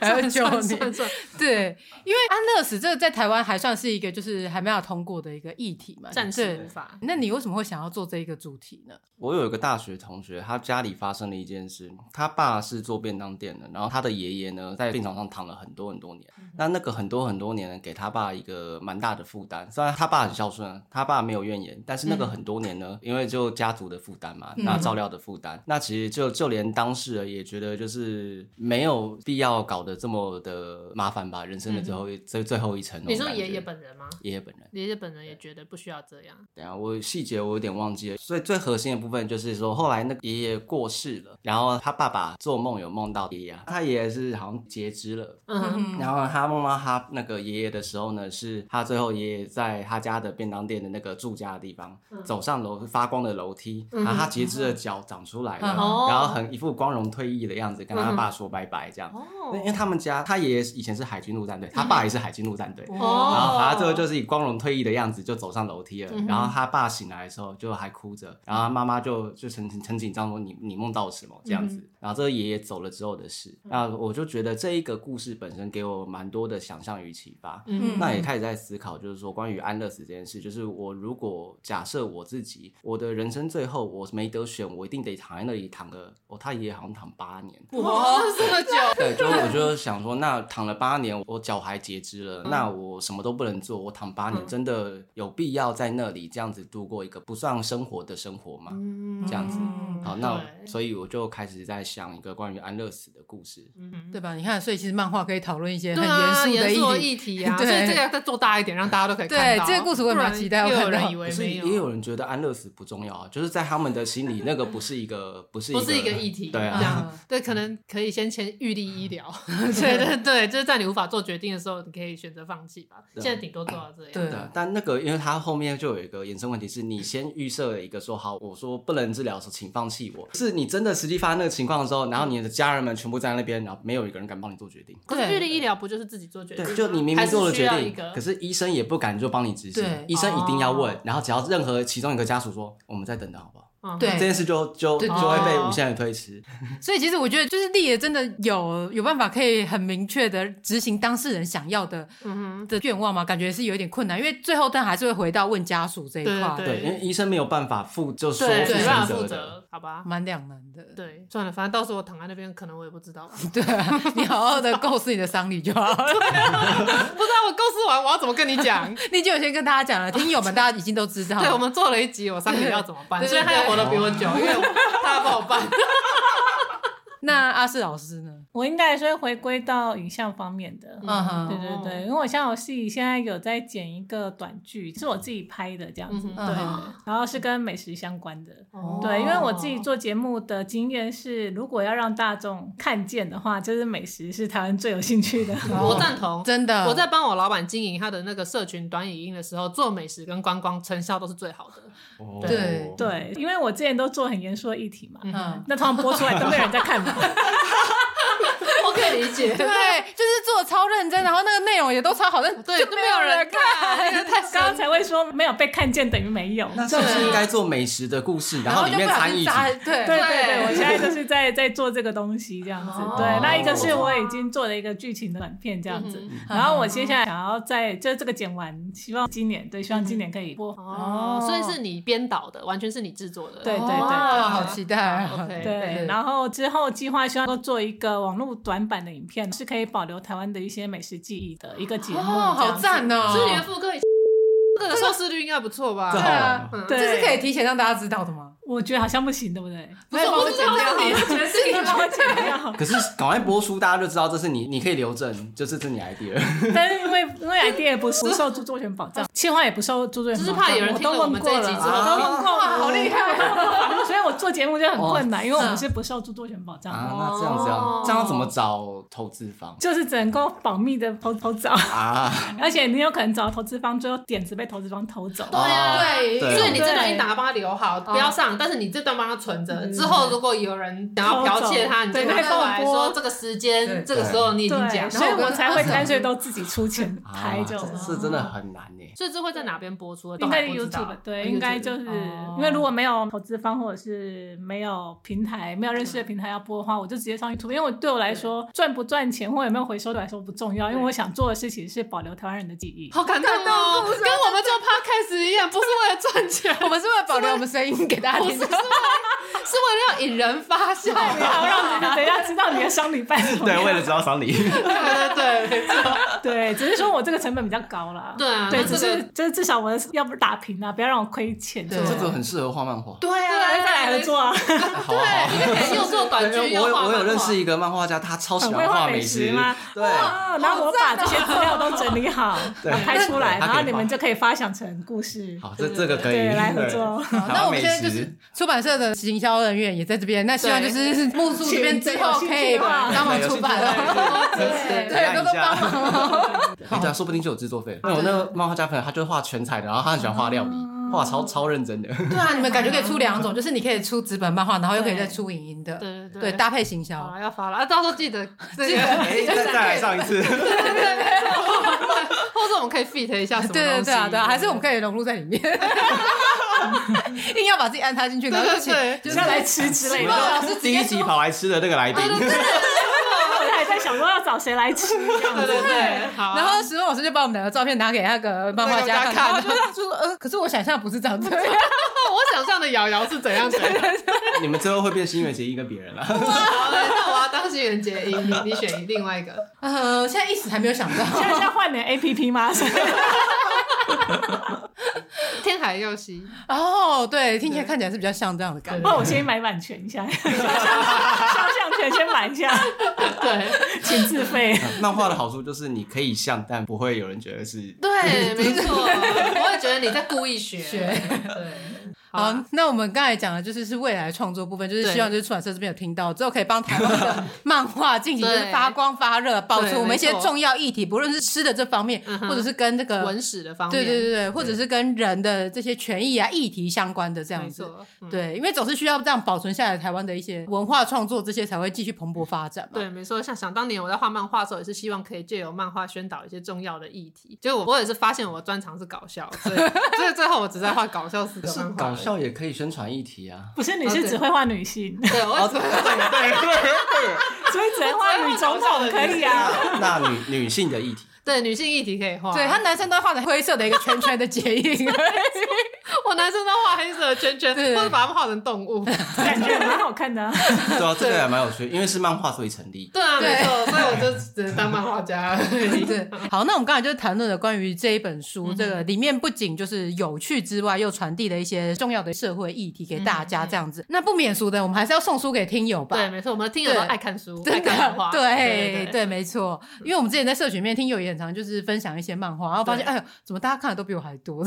还要救
算
你。
算算
对，因为安乐死这个在台湾还算是一个就是还没有通过的一个议题嘛，
暂时无
对。
法。
那你为什么会想要做这一个主题呢？
我有一个大学同学，他家里发生了一件事，他爸是做便当店的，然后他的爷爷呢在病床上躺了很多很多年。
嗯
那那个很多很多年呢，给他爸一个蛮大的负担。虽然他爸很孝顺啊，他爸没有怨言，但是那个
嗯
很多年呢，因为就家族的负担嘛，那照料的负担，那其实就就连当事人也觉得就是没有必要搞得这么的麻烦吧，人生的最后一最、最后一层那种
嗯你说
感觉。
爷爷本人吗？
爷爷本人。
爷爷本人也觉得不需要这样。
等一下，啊我细节我有点忘记了。所以最核心的部分就是说，后来那个爷爷过世了，然后他爸爸做梦有梦到爷爷，啊他爷爷是好像截肢了。
嗯，
然后他梦到他那个爷爷的时候呢，是他最后爷爷在他家的便当店的那个住家的地方，
嗯
走上楼发光的楼梯，然后他截肢的脚长出来了，
嗯
哦嗯
然后很一副光荣退役的样子，跟他爸说拜拜这样。
哦嗯
那因为他们家他爷爷以前是海军陆战队，他爸也是海军陆战队，
哦
然后他最后就是以光荣退役的样子就走上楼梯了。
嗯哼
然后他爸醒来的时候就还哭着，然后他妈妈就就很很紧张说你你梦到什么
嗯
这样子。然后这个爷爷走了之后的事，那我就觉得这一个故事本身给我蛮多的想象与启发。
嗯
那也开始在思考，就是说关于安乐死这件事，就是我如果假设我自己，我的人生最后我没得选，我一定得躺在那里躺个，哦，他爷爷好像躺八年，
哇，这么久，
对，就我就想说，那躺了八年，我脚还截肢了，那
嗯
我什么都不能做，我躺八年真的有必要在那里这样子度过一个不算生活的生活吗？
嗯
这样子
嗯
好，那
对
所以我就开始在想一个关于安乐死的故事。
对吧？你看，所以其实漫画可以讨论一些
嗯
很
对啊，严
严
肃
肃
的
的
议
议题。
题啊，所
对
以这个要再做大一点，让大家都可以看到。
对这个故事我也蛮期待
不然又有
我看到
人以为
可是
没
也有人觉得安乐死不重要啊，就是在他们的心里，那个不是一个不是
不是一个议题，
对
嗯
啊
这样对，可能可以先前预立医 疗，对对对，就是在你无法做决定的时候，你可以选择放弃吧。现
对啊
在顶多做到这样，
对
对，但那个，因为它后面就有一个衍生问题，是你先预设了一个说好，我说不能治疗的时候，请放弃我。是你真的实际发生那个情况的时候，然后你的家人们全部站在那边，然后没有一个人敢帮你做决定。
可是
对
预立医疗不就是自己做决定吗？
对，就你明
还
明
是
做了
需
决
要一
定
个，
可是医生也不敢就帮你执行
对，
医生一定要问
哦，
然后只要任何其中一个家属说我们再等等好不好，
嗯
对
这件事就就
对
就
对
会被
哦
无限的推迟。
所以其实我觉得，就是立爷真的有有办法可以很明确的执行当事人想要的
嗯
的愿望吗？感觉是有一点困难，因为最后但还是会回到问家属这一
对
块，
对，因为医生没有办法负就
哼，
说
对，
负
没办法
全
负
责的。
责，好吧？
蛮两难的。
对，算了，反正到时候我躺在那边，可能我也不知道吧。
对啊，你好好的构思你的丧礼就好了。
不知道我构思完，我要怎么跟你 讲？
你已经有先跟大家讲了，听友们大家已经都知道了。
对，我们做了一集，我三个月要怎么办？
对对
所以他也活得比我久，因为他要帮我 办。
那阿四老师呢？
我应该还是会回归到影像方面的。
嗯
对
哼，
对对，因为我像我自己现在有在剪一个短剧，是我自己拍的这样子，
嗯
对
嗯，
然后是跟美食相关的。
哦
对，因为我自己做节目的经验是，如果要让大众看见的话，就是美食是台湾最有兴趣的。
哦
我赞同，
真的，
我在帮我老板经营他的那个社群短影音的时候，做美食跟观光成效都是最好的。
哦
对
对，因为我之前都做很严肃的议题嘛，
嗯。
那通常播出来都没有人在看嘛。
我可以理 解，
对，就是做得超认真，然后那个内容也都超好，但
对，
就没有人
看，那个太
刚
神
刚才会说没有被看见等于没有。
那是不是应该做美食的故事，然后里
就
面
不小
掺
心
一
砸，
集？
对
对对对，我现在就是在在做这个东西这样子。
哦
对，那一个是我已经做了一个剧情的短片这样子，
嗯
然后我接下来想要在就这个剪完，希望今年对，希望今年可以播。
哦，所以是你编导的，完全是你制作的，
对对对
哇好期待啊！
OK，
对，然后之后计划希望够做一个网络短版的影片，是可以保留台湾的一些美食记忆的一个节目。
哦，好
这样子！
赞哦！
是你的副歌，这个嗯收视率应该不错吧？
这
对
好
啊
玩。
对，
这是可以提前让大家知道的吗？
我觉得好像不行，对不对？
不是，我剪掉
你
好了，
全是你 帮我剪 掉。
可是赶快播出，大家就知道这是你，你可以留证，就这是你 idea。
但是因为因为 idea 也不不受著作权保障，企划也不受著作权保障，
只是怕有人听了
我
我
都
们
问
这
过
一
了
集之后，哦
啊，
啊
听过
哇，好厉害！
所以我做节目就很困难，因为我
嗯
们是不受著作权保障
啊，
的，
那这样这
哦
样，这样怎么找投资方
就是只能够保密的投投找，
啊？
嗯
而且你有可能找投资方，最后点子被投资方偷走。
对哦啊，
对
对
所以你嗯这段音档要帮他留好，不要上，但是你这段帮他存着，之后如果有人想要剽窃他，你
对
再拿
再
出来
放播
说这个时间
对、
这个时候你已经讲
对，
了，
所以
然后
我
跟
才会干脆
嗯
都自己 出钱拍这种
啊。是真的很难欸呢。
所以这会在哪边播出？啊
应该是
都还不知道
YouTube 对，
哦
应该
YouTube
就是
哦
因为如果没有投资方或者是没有平台、没有认识的平台要播的话，我就直接上 YouTube。因为我对我来说，赚不赚钱或有没有回收对我来说不重要，因为我想做的事情是保留台湾人的记 忆。
好感动哦，跟我们做 podcast 一样，不是为了赚 钱，
我们是为了保留我们声音给大家
不
听
是是为。是为了要引人发笑，
好让人家知道你的商礼拜什么
对，
样。
为了知道赏礼，
对对对，没错，
对，只是说我这个成本比较高啦。
对啊，
对，
那
只
这个
是就是至少我的要不打平啊，不要让我亏钱。
对
这个很适合画漫画。
对啊，
再来合作啊，
好啊好啊
对，因为可以又做短 剧，
对
又
我
画
有
漫画
我有认识一个漫画家，他超喜
很
欢
哦会画
美
食吗？
对，
哇然后我把这些资料都整理好，
对
然后拍出来，
对他可以
然后你们
画
就可以发想成故事。
好，这这个可以
对来合
对
作
然后
那我们
美
现在就
食
是出版社的行销人员也在这边，那希望就是是木树这边之后可以帮忙出版了。
对
对
看一
多多
下
帮忙。
哎对啊，说不定就有制作费。那我那个漫画家朋友，他就画全彩的，然后他很喜欢画料理，画超超认真的。
对啊，你们感觉可以出两种，就是你可以出纸本漫画，然后又可以再出影音的，
对对
对，搭配行
好
销。
了，要发了啊！到时候记 得这个，
哎， 再再来上一次，
或者我们可以 fit 一下什么
对
东
对
西
对啊，对啊，还是我们可以融入 在里面， 硬要把自己安插进去，然后就请
对对对
就是
是要来 吃之类
你
的。
老
们
师直接
第一集跑来吃的那个来宾，
我还在想说要找谁来吃，
对对 对，好啊。
然后石文老师就把我们两个照片拿给那个漫画家看，然
那
后
个漫画家看啊
就他就说：“呃，可是我想象不是这样子。
我想象的瑶瑶是怎样怎样。
你们最后会变新垣结衣跟别人了。
好嘞那我要当新垣结衣，你你选另外一个。”
呃，现在一时还没有想到。
现在是要换点 A P P 吗？ 是
天海佑希，
哦，对，听起来看起来是比较像这样的感觉。
那我先买版权一下， 肖像权先买一下，
对
请自费。
漫画的好处就是你可以像，但不会有人觉得是。
对，没错，我也觉得你在故意学。
学
对，好
好
啊，，
那我们刚才讲的就是是未来创作部分，就是
对
希望就是出版社这边有听到之后，可以帮台湾的漫画进行就是
对
发光发热，保
对
存我们一些
没错
重要议题，不论是吃的这方面，
嗯哼
或者是跟这个
文史的方面，
对对对对，或者是跟人的这些权益啊议题相关的这样
没
子。
错，嗯
对，因为总是需要这样保存下来台湾的一些文化创作，这些才会继续蓬勃发展嘛。
对，没错。像想当年我在画漫画的时候，也是希望可以借由漫画宣导一些重要的议题。结果我也是发现我的专长是搞笑， 所以所以最后我只在画搞笑式
可
的
是
漫画。
搞，笑也可以宣传议题啊。
不是，你是只会画女性，
对，我
哦
也只会
所以只能画女总统可以啊。
那女女性的议题，
对女性议题可以画，啊
对他男生都画的灰色的一个圈圈的结 印，
我男生都画黑色的圈圈，
对
或者把他们画成动 物。
感觉蛮好看的啊，
对啊，这个还蛮有趣，因为是漫画所以成立。
对啊，
对
没错，所以我就只能当漫画家。
对，嗯好，那我们刚才就谈论了关于这一本书，这个里面不仅就是有趣之外，又传递了一些重要的社会议题给大家，这样子。那不免俗的，我们还是要送书给听友吧。
对，没错，我们的听友都
嗯对
爱看书，爱
真
看漫
的
画，，
对
对
对，嗯没错，因为我们之前在社群里面听友也很常就是分享一些漫画，然后发现，
对
哎呦，怎么大家看的都比我还多？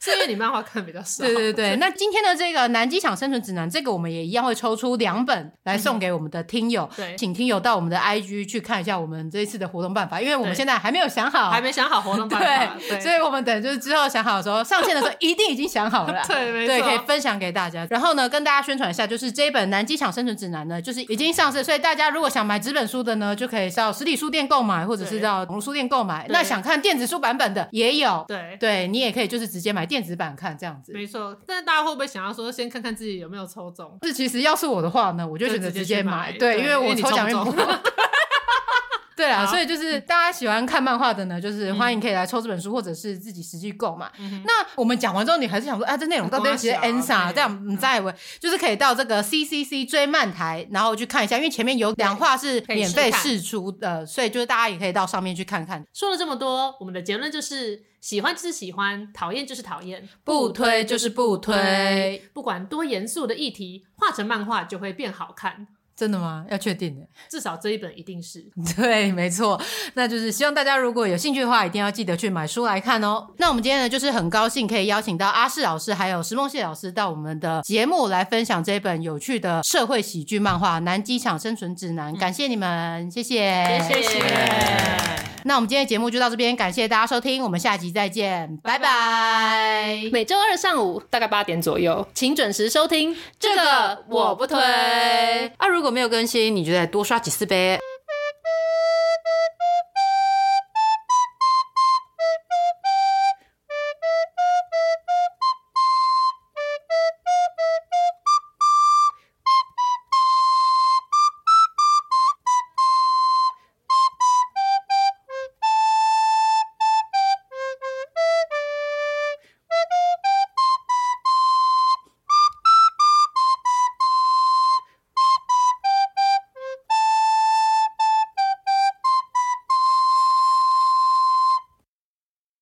是因为你漫画看比较少。
对 对对，那今天的这个南机场生存指南，这个我们也一样会抽出两本来送给我们的听友，
对
请听友到我们的 IG 去看一下我们这一次的活动办法，因为我们
对
现在还没有想好，
还没想好活动办法，
对，所以我们等就是之后想好的时候，上线的时候一定已经想好了。
对没
对，
错
可以分享给大家。然后呢，跟大家宣传一下，就是这一本《南机场生存指南》呢，就是已经上市，所以大家如果想买纸本书的呢，就可以到实体书店购买，或者是
对
到网络书店购买。
对
那想看电子书版本的也有，
对
对你也可以就是直接买电子版看这样子。
没错。但是大家会不会想要说，先看看自己有没有抽中？
这其实要是我的话呢，我就
就
选择
直接
直接
去
买，
买
对，
对
因
因
为
为
我
你
抽奖
抽
运
不
不 够。对啊，
好
所以就是大家喜欢看漫画的呢，就是
嗯
欢迎可以来抽这本书，或者是自己实际购买。
嗯哼
那我们讲完之后，你还是想说，啊，这内容到底其实
很瓜
N
小啊
啥？
对
这样你再问，就是可以到这个 CCC 追漫台，然后去看一下，因为前面有两话是
可以
免费
试看
试出的，所以就是大家也可以到上面去看看。
说了这么多，我们的结论就是：喜欢就是喜欢，讨厌就是讨厌。
不推就是不推，
不管多严肃的议题，画成漫画就会变好看。
真的吗？要确定的。
至少这一本一定是。
对，没错，那就是希望大家如果有兴趣的话，一定要记得去买书来看哦。那我们今天呢，就是很高兴可以邀请到阿世老师还有石梦谢老师到我们的节目来分享这本有趣的社会喜嗯剧漫画《南机场生存指南》，感谢你们，谢谢，
谢谢。
那我们今天的节目就到这边，感谢大家收听，我们下集再见，拜拜。
每周二上午大概八点左右，请准时收听。这个我不推。
啊，如果没有更新，你就再多刷几次呗。